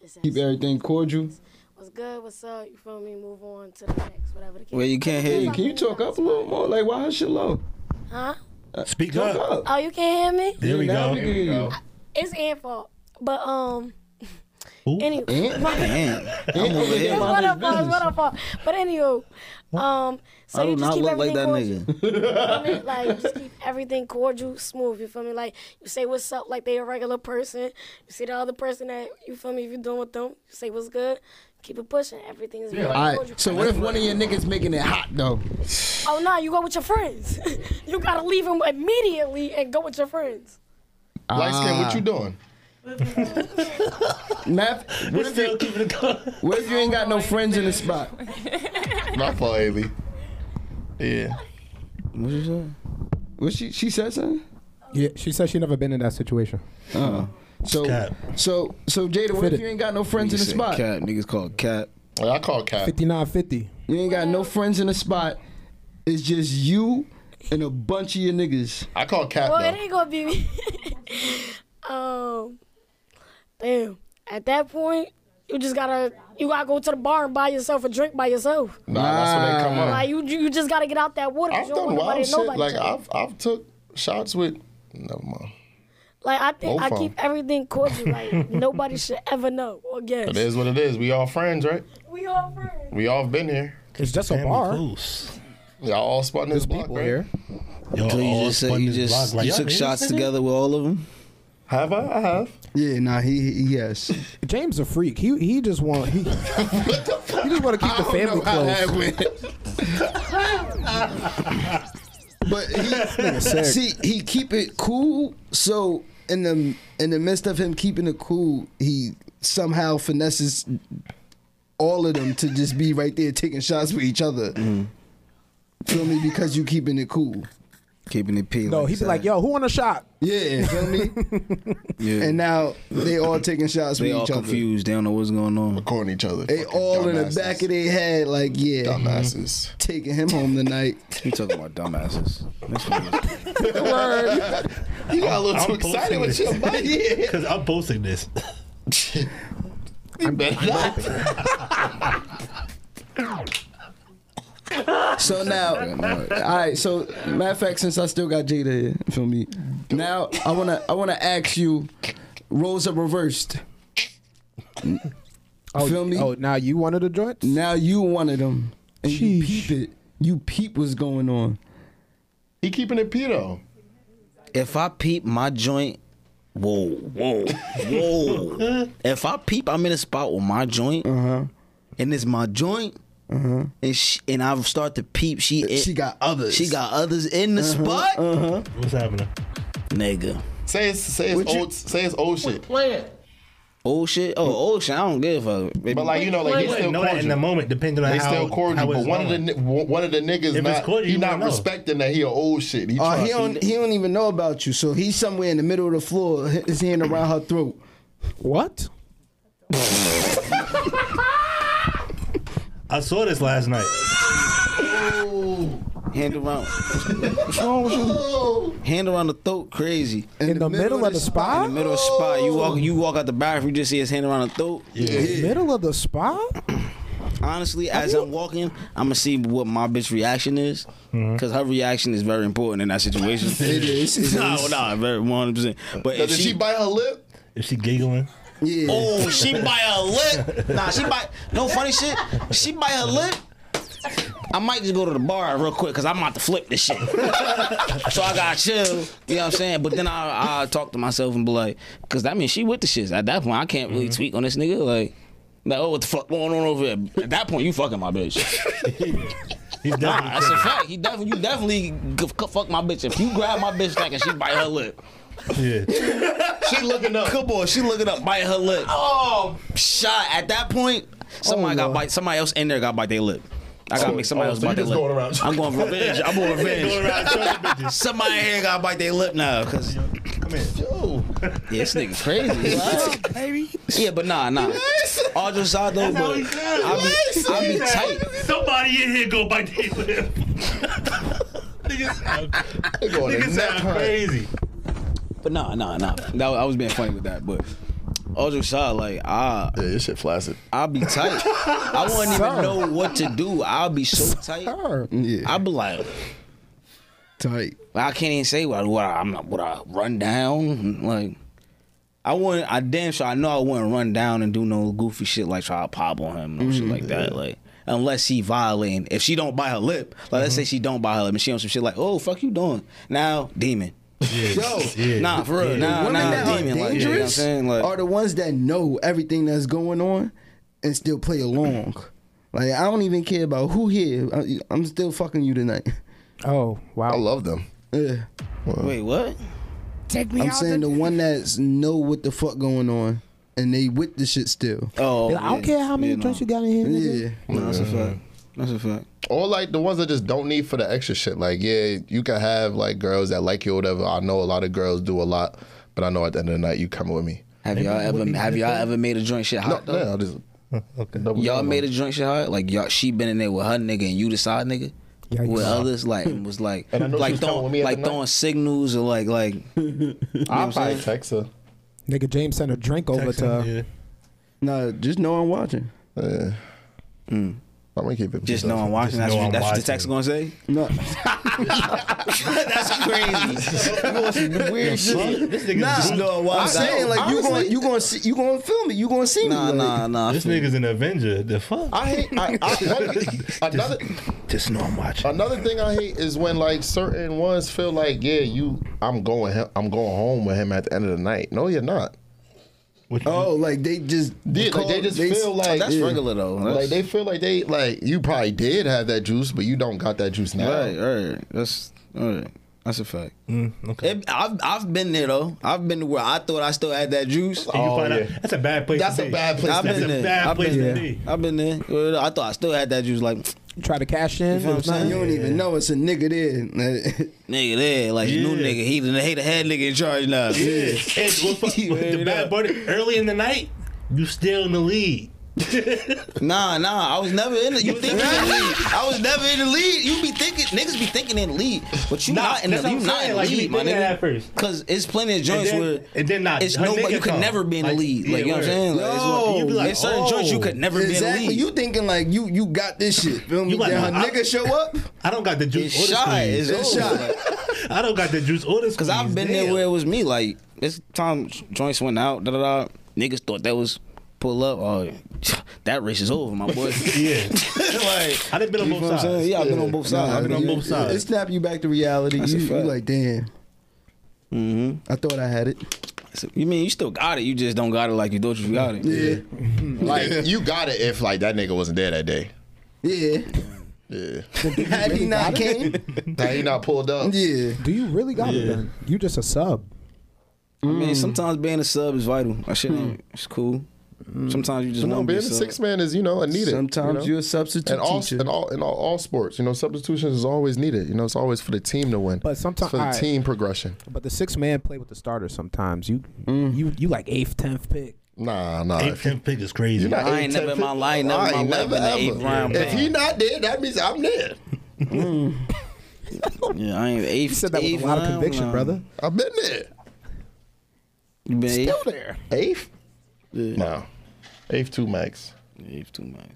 H: It's
G: Keep
H: that-
G: everything cordial.
H: What's good? What's up? You feel me? Move on to the next, whatever the case.
B: Well, you can't hear
G: Hey, can you talk up a little more? Like, why is shit low?
H: Huh?
E: Speak
G: Talk
E: up.
G: up.
H: Oh, you can't hear me?
E: There we
G: Now
E: go.
G: we can hear you.
H: It's Ant's fault. But um,
E: Who?
H: anyway,
B: Damn, I'm over
H: it's
B: here.
H: what up, fault. It's what up, fault. But anywho, um, so
B: I
H: you
B: do
H: just
B: not
H: keep
B: look like
H: everything
B: that
H: cordial.
B: nigga.
H: I mean, like just keep everything cordial, smooth. You feel me? Like you say what's up, like they a regular person. You see the other person that you feel me. If you're done with them, you say what's good. Keep it pushing. Everything is really
G: All
H: cordial.
G: right. So what if one of your niggas making it hot though?
H: oh no, you go with your friends. you gotta leave them immediately and go with your friends.
I: Light skin,
B: Ah.
I: what you doing?
G: Math. What if you, what if you ain't got no friends in the spot?
I: Not for Haley. Yeah.
B: What you say?
G: What she she said something?
F: Yeah, she said she never been in that situation.
G: Uh. So
E: Cap.
G: so so Jada, what
F: Fit
G: if
F: it.
G: you ain't got no friends in the
B: Niggas say
G: spot?
B: Cap, niggas called cap.
I: Well, I call Cap.
F: Fifty nine fifty.
G: You ain't got no friends in the spot. It's just you and a bunch of your niggas.
I: I call Cap
H: Well, it
I: though.
H: ain't gonna be me. um, damn. At that point, you just gotta you gotta go to the bar and buy yourself a drink by yourself.
I: Nah, that's when they come up.
H: Like you, you just gotta get out that water. 'cause
I: I've
H: you don't
I: done
H: want nobody
I: wild
H: to
I: shit.
H: know about
I: Like
H: each other.
I: I've I've took shots with. Never mind.
H: Like I think
I: Both
H: I
I: of 'em.
H: keep everything cordial. Like nobody should ever know or guess.
I: It is what it is. We all friends, right?
H: We all friends.
I: We all been here.
F: It's just a
E: Damn, we
F: bar.
E: close.
I: Y'all all spun this
F: There's
I: block,
F: people
I: right?
F: here.
E: Yo,
B: So you
E: all
B: just said
E: spun
B: you
E: this block.
B: just
E: Like,
B: you
E: y'all
B: took
E: niggas
B: shots
E: in here?
B: together with all of them.
I: Have I? I have.
G: Yeah, nah, he, he yes.
F: James a freak. He he just want he, he just want to keep the family close.
G: But he,
F: sick.
G: see, he keep it cool. So in the in the midst of him keeping it cool, he somehow finesses all of them to just be right there taking shots with each other.
B: Mm-hmm.
G: Feel me? Because you keeping it cool.
B: Keeping it peeling.
F: No, he be like, yo, who want a shot?
G: Yeah, feel me?
B: yeah.
G: And now they all taking shots
B: they
G: with
B: all
G: each other.
B: confused. They don't know what's going on.
I: Recording each other.
G: They
I: Fucking
G: all in the
I: dumbasses.
G: back of their head, like, yeah,
I: dumbasses.
G: taking him home tonight.
B: You talking about dumbasses? That's what it is.
I: You got a little
E: I'm
I: too excited
E: posting
I: with
E: this.
I: your buddy.
E: Cause I'm posting this.
I: You better not.
G: So now, all right. So matter of fact, since I still got Jada here, feel me. Now I wanna I wanna ask you, roles are reversed.
F: Oh,
G: Feel me?
F: Oh, now you wanted a joint?
G: Now you wanted them, and you
F: Sheesh.
G: peep it. You peep what's going on.
I: He keeping it pedo.
B: if I peep my joint, whoa, whoa, whoa. if I peep, I'm in a spot with my joint, and it's my joint, and she, and I start to peep. Uh-huh. She Uh-huh,
G: She got others.
B: she got others in the spot,
E: What's happening?
B: nigga.
I: Say it's say it's old say it's old shit.
B: Oh shit! Oh, oh shit! I don't give a fuck. baby.
I: But like you know, like they
E: You wouldn't
I: still
E: know that in the
I: cordial.
E: moment, depending on
I: They
E: how
I: still cordial,
E: how
I: but
E: it's
I: one of the
E: going.
I: ni- one of the niggas
E: it's
I: not
E: cordial,
I: he
E: you
I: not
E: wouldn't know.
I: respecting that he a old shit. He
G: Oh,
I: trying
G: he
I: to-
G: don't he don't even know about you. So he's somewhere in the middle of the floor, his hand around her throat.
F: What?
E: I saw this last night.
B: hand around. What's wrong with you? Hand around the throat, crazy.
F: In, the, middle, of the
B: In
F: spot?
B: the middle of the spot, you walk, you walk out the bathroom, you just see his hand around the throat.
F: Middle of the spot?
B: honestly, as I'm walking, I'm gonna see what my bitch reaction is, because her reaction is very important in that situation.
G: It is. It
B: no,
G: is.
B: no, very 100. percent But if
I: Did she
B: she,
I: bite her lip?
E: Is she giggling?
G: Yeah.
B: oh, she bite her lip. Nah, she bite. No funny shit. She bite her lip. I might just go to the bar real quick because I'm about to flip this shit. so I got chill, you know what I'm saying? But then I I talk to myself and be like, because that means she with the shits. At that point, I can't really tweak on this nigga. Like, like, oh, what the fuck going on over here? At that point, you fucking my bitch.
E: He's
B: Nah,
E: definitely
B: that's a fact. He definitely, you definitely could fuck my bitch. If you grab my bitch neck and she bite her lip,
E: Yeah.
D: She looking up.
B: Come on, she looking up, bite her lip.
D: Oh,
B: Shot at that point, somebody got bite. Somebody else in there got bite their lip. I gotta make somebody
D: Oh,
B: else
D: so you
B: bite their
D: just
B: lip.
D: going around-
B: I'm going revenge. I'm going revenge. somebody here gotta bite their lip now, cause
D: yo.
B: yeah, this nigga crazy. Yeah, but nah, nah. Audra Sado, but I be, I be tight.
J: Somebody in here go bite their lip.
D: They going to
J: Niggas
D: neck
J: sound
D: hunt.
J: crazy.
B: But nah, nah, nah. That, I was being funny with that, but Audra Shaw, like I,
K: Yeah, this shit flaccid.
B: I'll be tight. I wouldn't even know what to do. I'll be so tight.
G: Yeah,
B: I'll be like,
G: tight.
B: I can't even say what, what I, I'm not. What I run down like. I wouldn't. I damn sure. I know I wouldn't run down and do no goofy shit like try to pop on him or
K: Mm-hmm.
B: shit like that. Like unless she violating. If she don't bite her lip, like
K: Mm-hmm.
B: let's say she don't bite her lip and she on some shit like, oh fuck you doing now, demon.
G: Yo,
E: Yeah.
B: Nah, for real. Nah,
G: women that
B: nah,
G: are
B: demon. Like, you know what I'm
G: dangerous
B: saying? Like,
G: are the ones that know everything that's going on and still play along. Like I don't even care about who here. I, I'm still fucking you tonight.
F: Oh wow.
K: I love them.
G: Yeah,
B: wait, what?
L: Take me
G: I'm
L: out
G: saying the one that's know what the fuck going on and they with the shit still.
B: Oh,
F: I don't care how many drinks you got in here. nigga.
G: Yeah,
B: you. that's a fact. That's a fact.
D: Or like the ones that just don't need for the extra shit. Like, yeah, you can have like girls that like you or whatever. I know a lot of girls do a lot, but I know at the end of the night you coming with me.
B: Have y'all ever have y'all ever made a joint shit
D: No,
B: hot
D: yeah,
B: though?
D: I'll just
E: Okay.
D: double
B: Y'all
D: down on
B: made
D: it.
B: a joint shit hot? Like y'all she been in there with her nigga and you the side nigga?
F: Yikes.
B: With others, like and was like
D: And I know she
B: like
D: was coming with me
B: throwing
D: at
B: like
D: the night.
B: throwing signals or like like
D: I'll probably text her.
F: Nigga James sent a drink over
E: Text
F: to.
E: him, yeah.
G: nah, just know I'm watching.
D: Yeah. I'm gonna keep it.
B: just
D: PG.
B: know I'm watching.
E: Just
B: That's,
E: know
B: what,
E: I'm
B: that's what the
E: watching.
B: text gonna say.
G: No,
B: that's crazy.
G: weird shit.
E: This nigga's,
G: Nah,
B: just know I'm
G: I'm
B: watching.
G: saying like you going you going see you going to film it. You going to see
B: Nah,
G: me.
B: nah,
G: Like,
B: nah.
E: this nigga's an Avenger. The fuck?
D: I hate. I, I, one, another
E: Just know I'm watching.
D: another thing I hate is when like certain ones feel like, yeah, you, I'm going, he- I'm going home with him at the end of the night. No, you're not.
E: What you-
G: Oh, like they just
D: Yeah, like they just feel like
B: That's regular though. That's,
D: Like they feel like they like you probably did have that juice, but you don't got that juice now.
B: Right, right. That's all right. That's a fact.
E: Mm, okay.
B: It, I've I've been there though. I've been to where I thought I still had that juice.
E: And you
D: Oh,
E: find out-
D: yeah.
E: that's a bad place.
D: That's
E: to
D: a
E: be.
D: bad place.
B: I've
D: to
E: That's
B: been
E: a
B: there.
E: bad
B: I've
E: place
B: been
E: to
B: there.
E: be.
B: I've been there. Well, I thought I still had that juice. Like
F: Try to cash in.
B: feel
F: it was
B: what I'm
F: nothing.
G: you don't even know it's a nigga there.
B: nigga, there, like new
E: Yeah.
B: nigga. He the he the head nigga in charge now.
E: Yeah. And what's fuck- the bad part is, early in the night, you still in the lead.
B: Nah, nah. I was never in the. You think you in the lead? I was never in the lead. You be thinking niggas be thinking in the lead, but you
E: Nah,
B: not in the
E: that's what
B: you
E: I'm
B: not in
E: saying,
B: the
E: like, you
B: lead,
E: be
B: my
E: thinking
B: nigga.
E: that first.
B: Cause it's plenty of joints
E: then-
B: where
E: and then not.
B: It's
E: Her
B: nobody.
E: nigga
B: You could
E: come.
B: never be in the
E: Like,
B: lead. Like
E: yeah,
B: you know what I'm
E: word.
B: saying? Like, it's one-
E: Yo, you be like,
B: it's certain joints you
E: oh.
B: could never
G: exactly.
B: be in the
G: You
B: lead.
G: thinking like you you got this shit. Feel me?
E: You like,
G: Then her
E: nah, I-
G: nigga show up.
E: I don't got the
B: It's
E: juice or the
B: shy.
E: squeeze.
B: It's
G: It's
B: over.
G: shy.
B: Like,
E: I don't got the juice or the squeeze.
B: Cause I've been
E: Damn.
B: there where it was me. Like this time joints went out, da da da. Niggas thought that was pull up. Oh, that race is over, my boy.
E: Yeah.
B: like
E: I done been on
B: you know
E: both
B: what I'm saying?
E: sides.
B: Yeah, I've been on both sides.
E: I've been on both
G: It
E: sides.
G: snap you back to reality.
B: That's a
G: You, you
B: fact.
G: like damn.
B: Mhm.
G: I thought I had it.
B: So, you mean you still got it? You just don't got it like you thought you got it.
G: Yeah,
D: Like you got it if like that nigga wasn't there that day.
G: yeah.
D: Yeah.
G: Had he not came,
D: Now he not pulled up.
G: yeah.
F: Do you really got it? Then you just a sub.
B: I mean, sometimes being a sub is vital. That shit ain't. It's cool. Sometimes you just
D: You know,
B: want to be
D: being
B: a
D: a
B: sub.
D: six man is you know a needed.
G: Sometimes
D: you
G: you
D: know?
G: are a substitute
D: and all
G: teacher.
D: and all in all, all sports, you know, substitutions is always needed. You know, it's always for the team to win.
F: But
D: It's
F: sometime-
D: for the
F: alright.
D: team progression.
F: But the six man play with the starters sometimes. You you you like eighth, tenth pick.
D: Nah, nah.
E: Eight
D: If you-
E: ten pick is crazy.
D: you not
B: I
D: eight,
B: ain't
D: 10,
B: never in my
D: 15,
B: life, never in
D: I ain't
B: my life
D: never,
B: been an
D: ever.
B: eighth round
D: If
B: pick.
D: he not there, that means I'm there.
B: Yeah, I ain't eighth.
F: You said that with
B: eighth
F: a lot of
B: round,
F: conviction,
B: nah.
F: brother.
D: I've been there.
B: You been eighth?
D: there. Eighth? No. Eighth two max.
B: Eighth too much.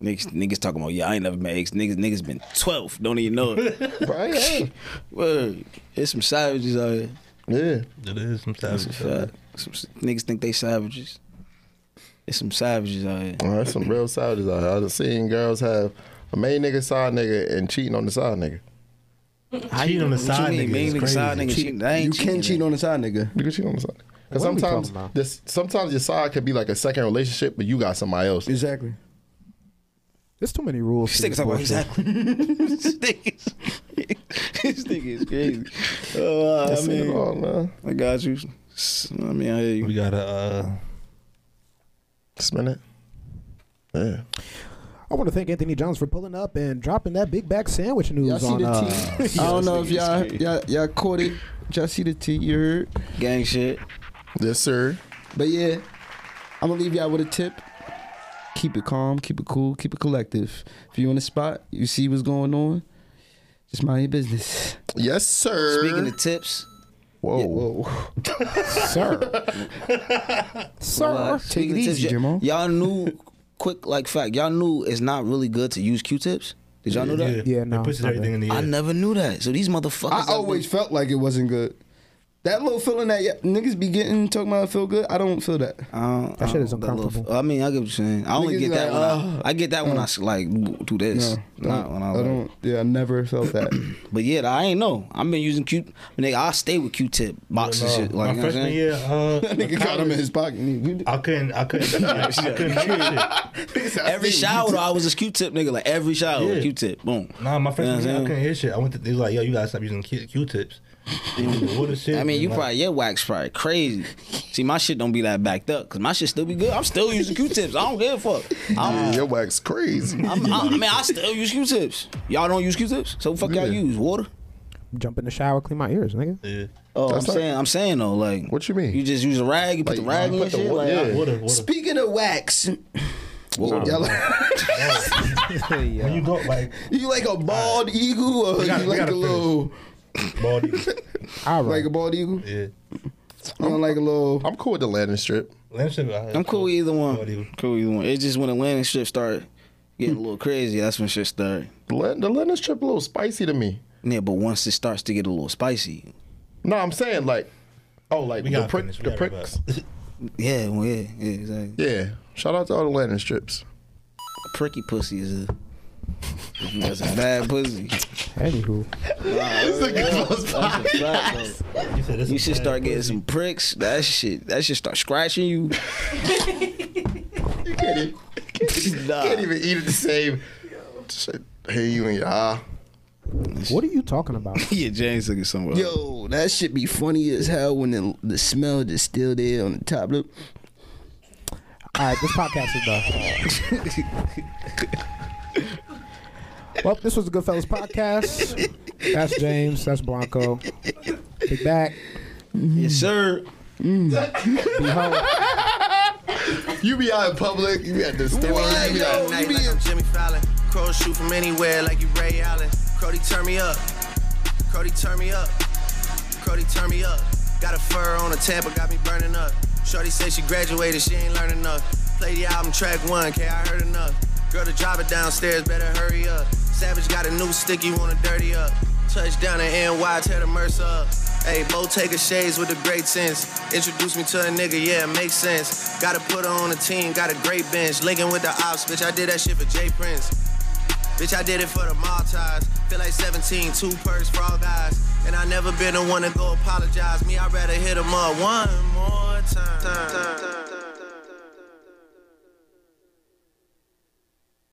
B: Niggas, niggas talking about yeah, I ain't never been eighth. Niggas, niggas been twelve. Don't even know it.
D: Right? Yeah.
B: Word. There's some savages out here.
D: yeah.
E: It is sometimes.
B: Fact. Some s- niggas think they savages. There's some savages out here.
D: Well, that's some real savages out here. I've seen girls have a main nigga, side nigga, and cheating on the side nigga.
E: How you on the side
B: mean,
E: nigga?
B: main
E: is
B: nigga,
E: crazy.
B: side nigga, cheating? That ain't
G: You can
B: cheating.
G: cheat on the side nigga.
D: You can cheat on the side. Because
F: What are we
D: sometimes
F: talking about?
D: this, sometimes your side could be like a second relationship, but you got somebody else.
G: Exactly.
F: There's too many rules.
B: This
F: to
B: nigga
F: this
B: talking about
F: bullshit.
B: exactly. this nigga is- this nigga is crazy. Oh, I
D: That's it
B: mean,
D: all, man.
B: I got you. S- I mean, I hear you.
E: We got a uh,
D: Spin it. Yeah.
F: I want to thank Anthony Johns for pulling up and dropping that big back sandwich news
M: Y'all see
F: on.
M: the
F: Uh,
M: tea? I don't know if y'all, y'all y'all caught it. Y'all see the tea? You heard?
B: Gang shit.
D: Yes, sir.
M: But yeah, I'm gonna leave y'all with a tip. Keep it calm, keep it cool, keep it collective. If you in the spot, you see what's going on, just mind your business.
D: Yes, sir.
B: Speaking of tips,
D: whoa.
F: sir,
B: uh,
F: sir,
B: speaking
M: it
B: of
M: easy,
B: tips, y-
M: Jamal.
B: y'all knew quick like fact. Y'all knew it's not really good to use Q-tips. Did y'all know that?
E: yeah,
F: Yeah, no,
E: It pushes
F: not
E: everything in the air.
B: I never knew that. So these motherfuckers.
M: I
B: have been-
M: always felt like it wasn't good. That little feeling that y- niggas be getting talking about feel good, I don't feel that.
B: I don't,
F: That
B: I
F: shit is
B: don't- little-
F: uncomfortable.
B: I mean, I get what you're saying. I only
M: Niggas
B: get
M: like,
B: that when
M: "Ah,
B: I, I get that when I s- like do this. Not when I,
M: I
B: like-
M: don't. Yeah, I never felt that.
B: But yeah, I ain't know. I've been using Q. Nigga, I stay with Q-tip boxes.
E: No,
B: shit, like, you know
E: my
B: what I'm
E: freshman
B: saying?
E: year, uh,
M: Nigga got him in his pocket. Nigga,
E: I couldn't, I couldn't, I couldn't do that
B: Every shower, though, I was just Q-tip, nigga. Like every shower,
E: Yeah.
B: Q-tip, boom.
E: shit. Nah, my freshman
B: You know
E: year,
B: what
E: I
B: I'm
E: couldn't hear shit. I went to, they was like, yo, you gotta stop using Q- Q-tips. They was like, what a shit.
B: I mean, you
E: Like,
B: probably your wax probably crazy. See, my shit don't be that backed up because my shit still be good. I'm still using Q-tips. I don't give a fuck.
D: Yeah, your wax crazy.
B: I'm, i I mean, I still use Q-tips. Y'all don't use Q-tips, so fuck y'all use water.
F: jump in the shower, clean my ears, nigga.
E: Yeah.
B: Oh,
D: That's
B: I'm
D: like-
B: saying, I'm saying though, like
D: What you mean?
B: You just use a rag, you put the
D: Like,
B: rag
D: you
B: in
D: put
B: and
D: the
B: shit.
D: wa-
B: like,
D: yeah.
E: Water, water.
M: Speaking of wax, y'all like,
E: When you go, like,
M: you like a bald eagle or
E: We gotta-
M: you
E: we
M: like
E: gotta
M: a little
E: body.
F: All right,
M: like a bald eagle?
E: Yeah.
M: You don't like a little
D: I'm cool with the landing strip.
E: Lamson, I-
B: I'm cool with either one.
E: Bald eagle.
B: Cool with either one. It's just when the landing strip start getting a little crazy, that's when shit start.
D: The land- the landing strip a little spicy to me.
B: Yeah, but once it starts to get a little spicy,
D: No, I'm saying like, oh, like
E: We
D: the
E: got
D: prick, the pricks.
B: yeah, well, yeah, yeah, exactly.
D: Yeah. Shout out to all the landing strips.
B: Pricky pussy is a that's a bad pussy.
F: anywho,
B: That's a fact, though.
E: You, said, this
B: You
E: is
B: should
E: bad.
B: start getting some pricks. That shit, that shit start scratching you.
D: You can't even,
B: Nah.
D: can't even eat it the same. Shit, Hey, you and your eye.
F: what are you talking about?
B: yeah, James looking somewhere. Yo,
M: Yo, that shit be funny as hell when the, the smell just still there on the top lip.
F: All right, this podcast is done. well, this was the Goodfellas podcast. That's James. That's Blanco. Big back.
B: yes, sir.
F: Behold.
D: You be out in public. You be at the store. You be out.
G: night like I'm Jimmy Fallon. Crows shoot from anywhere like you Ray Allen. Cody turn me up. Cody turn me up. Cody turn me up. Got a fur on a Tampa, got me burning up. Shorty say she graduated, she ain't learning enough. Play the album track one, K, I heard enough. Girl, the driver downstairs, better hurry up. Savage got a new stick, you wanna dirty up. Touchdown in NY, tear the Mercer up. Hey, Bo taking shades with a great sense. Introduce me to a nigga, yeah, it makes sense. Gotta put her on a team, got a great bench. Linking with the ops, bitch, I did that shit for Jay Prince. Bitch, I did it for the Maltese. Feel like 17, two perks, frog eyes. And I never been the one to go apologize. Me, I'd rather hit 'em up one more time.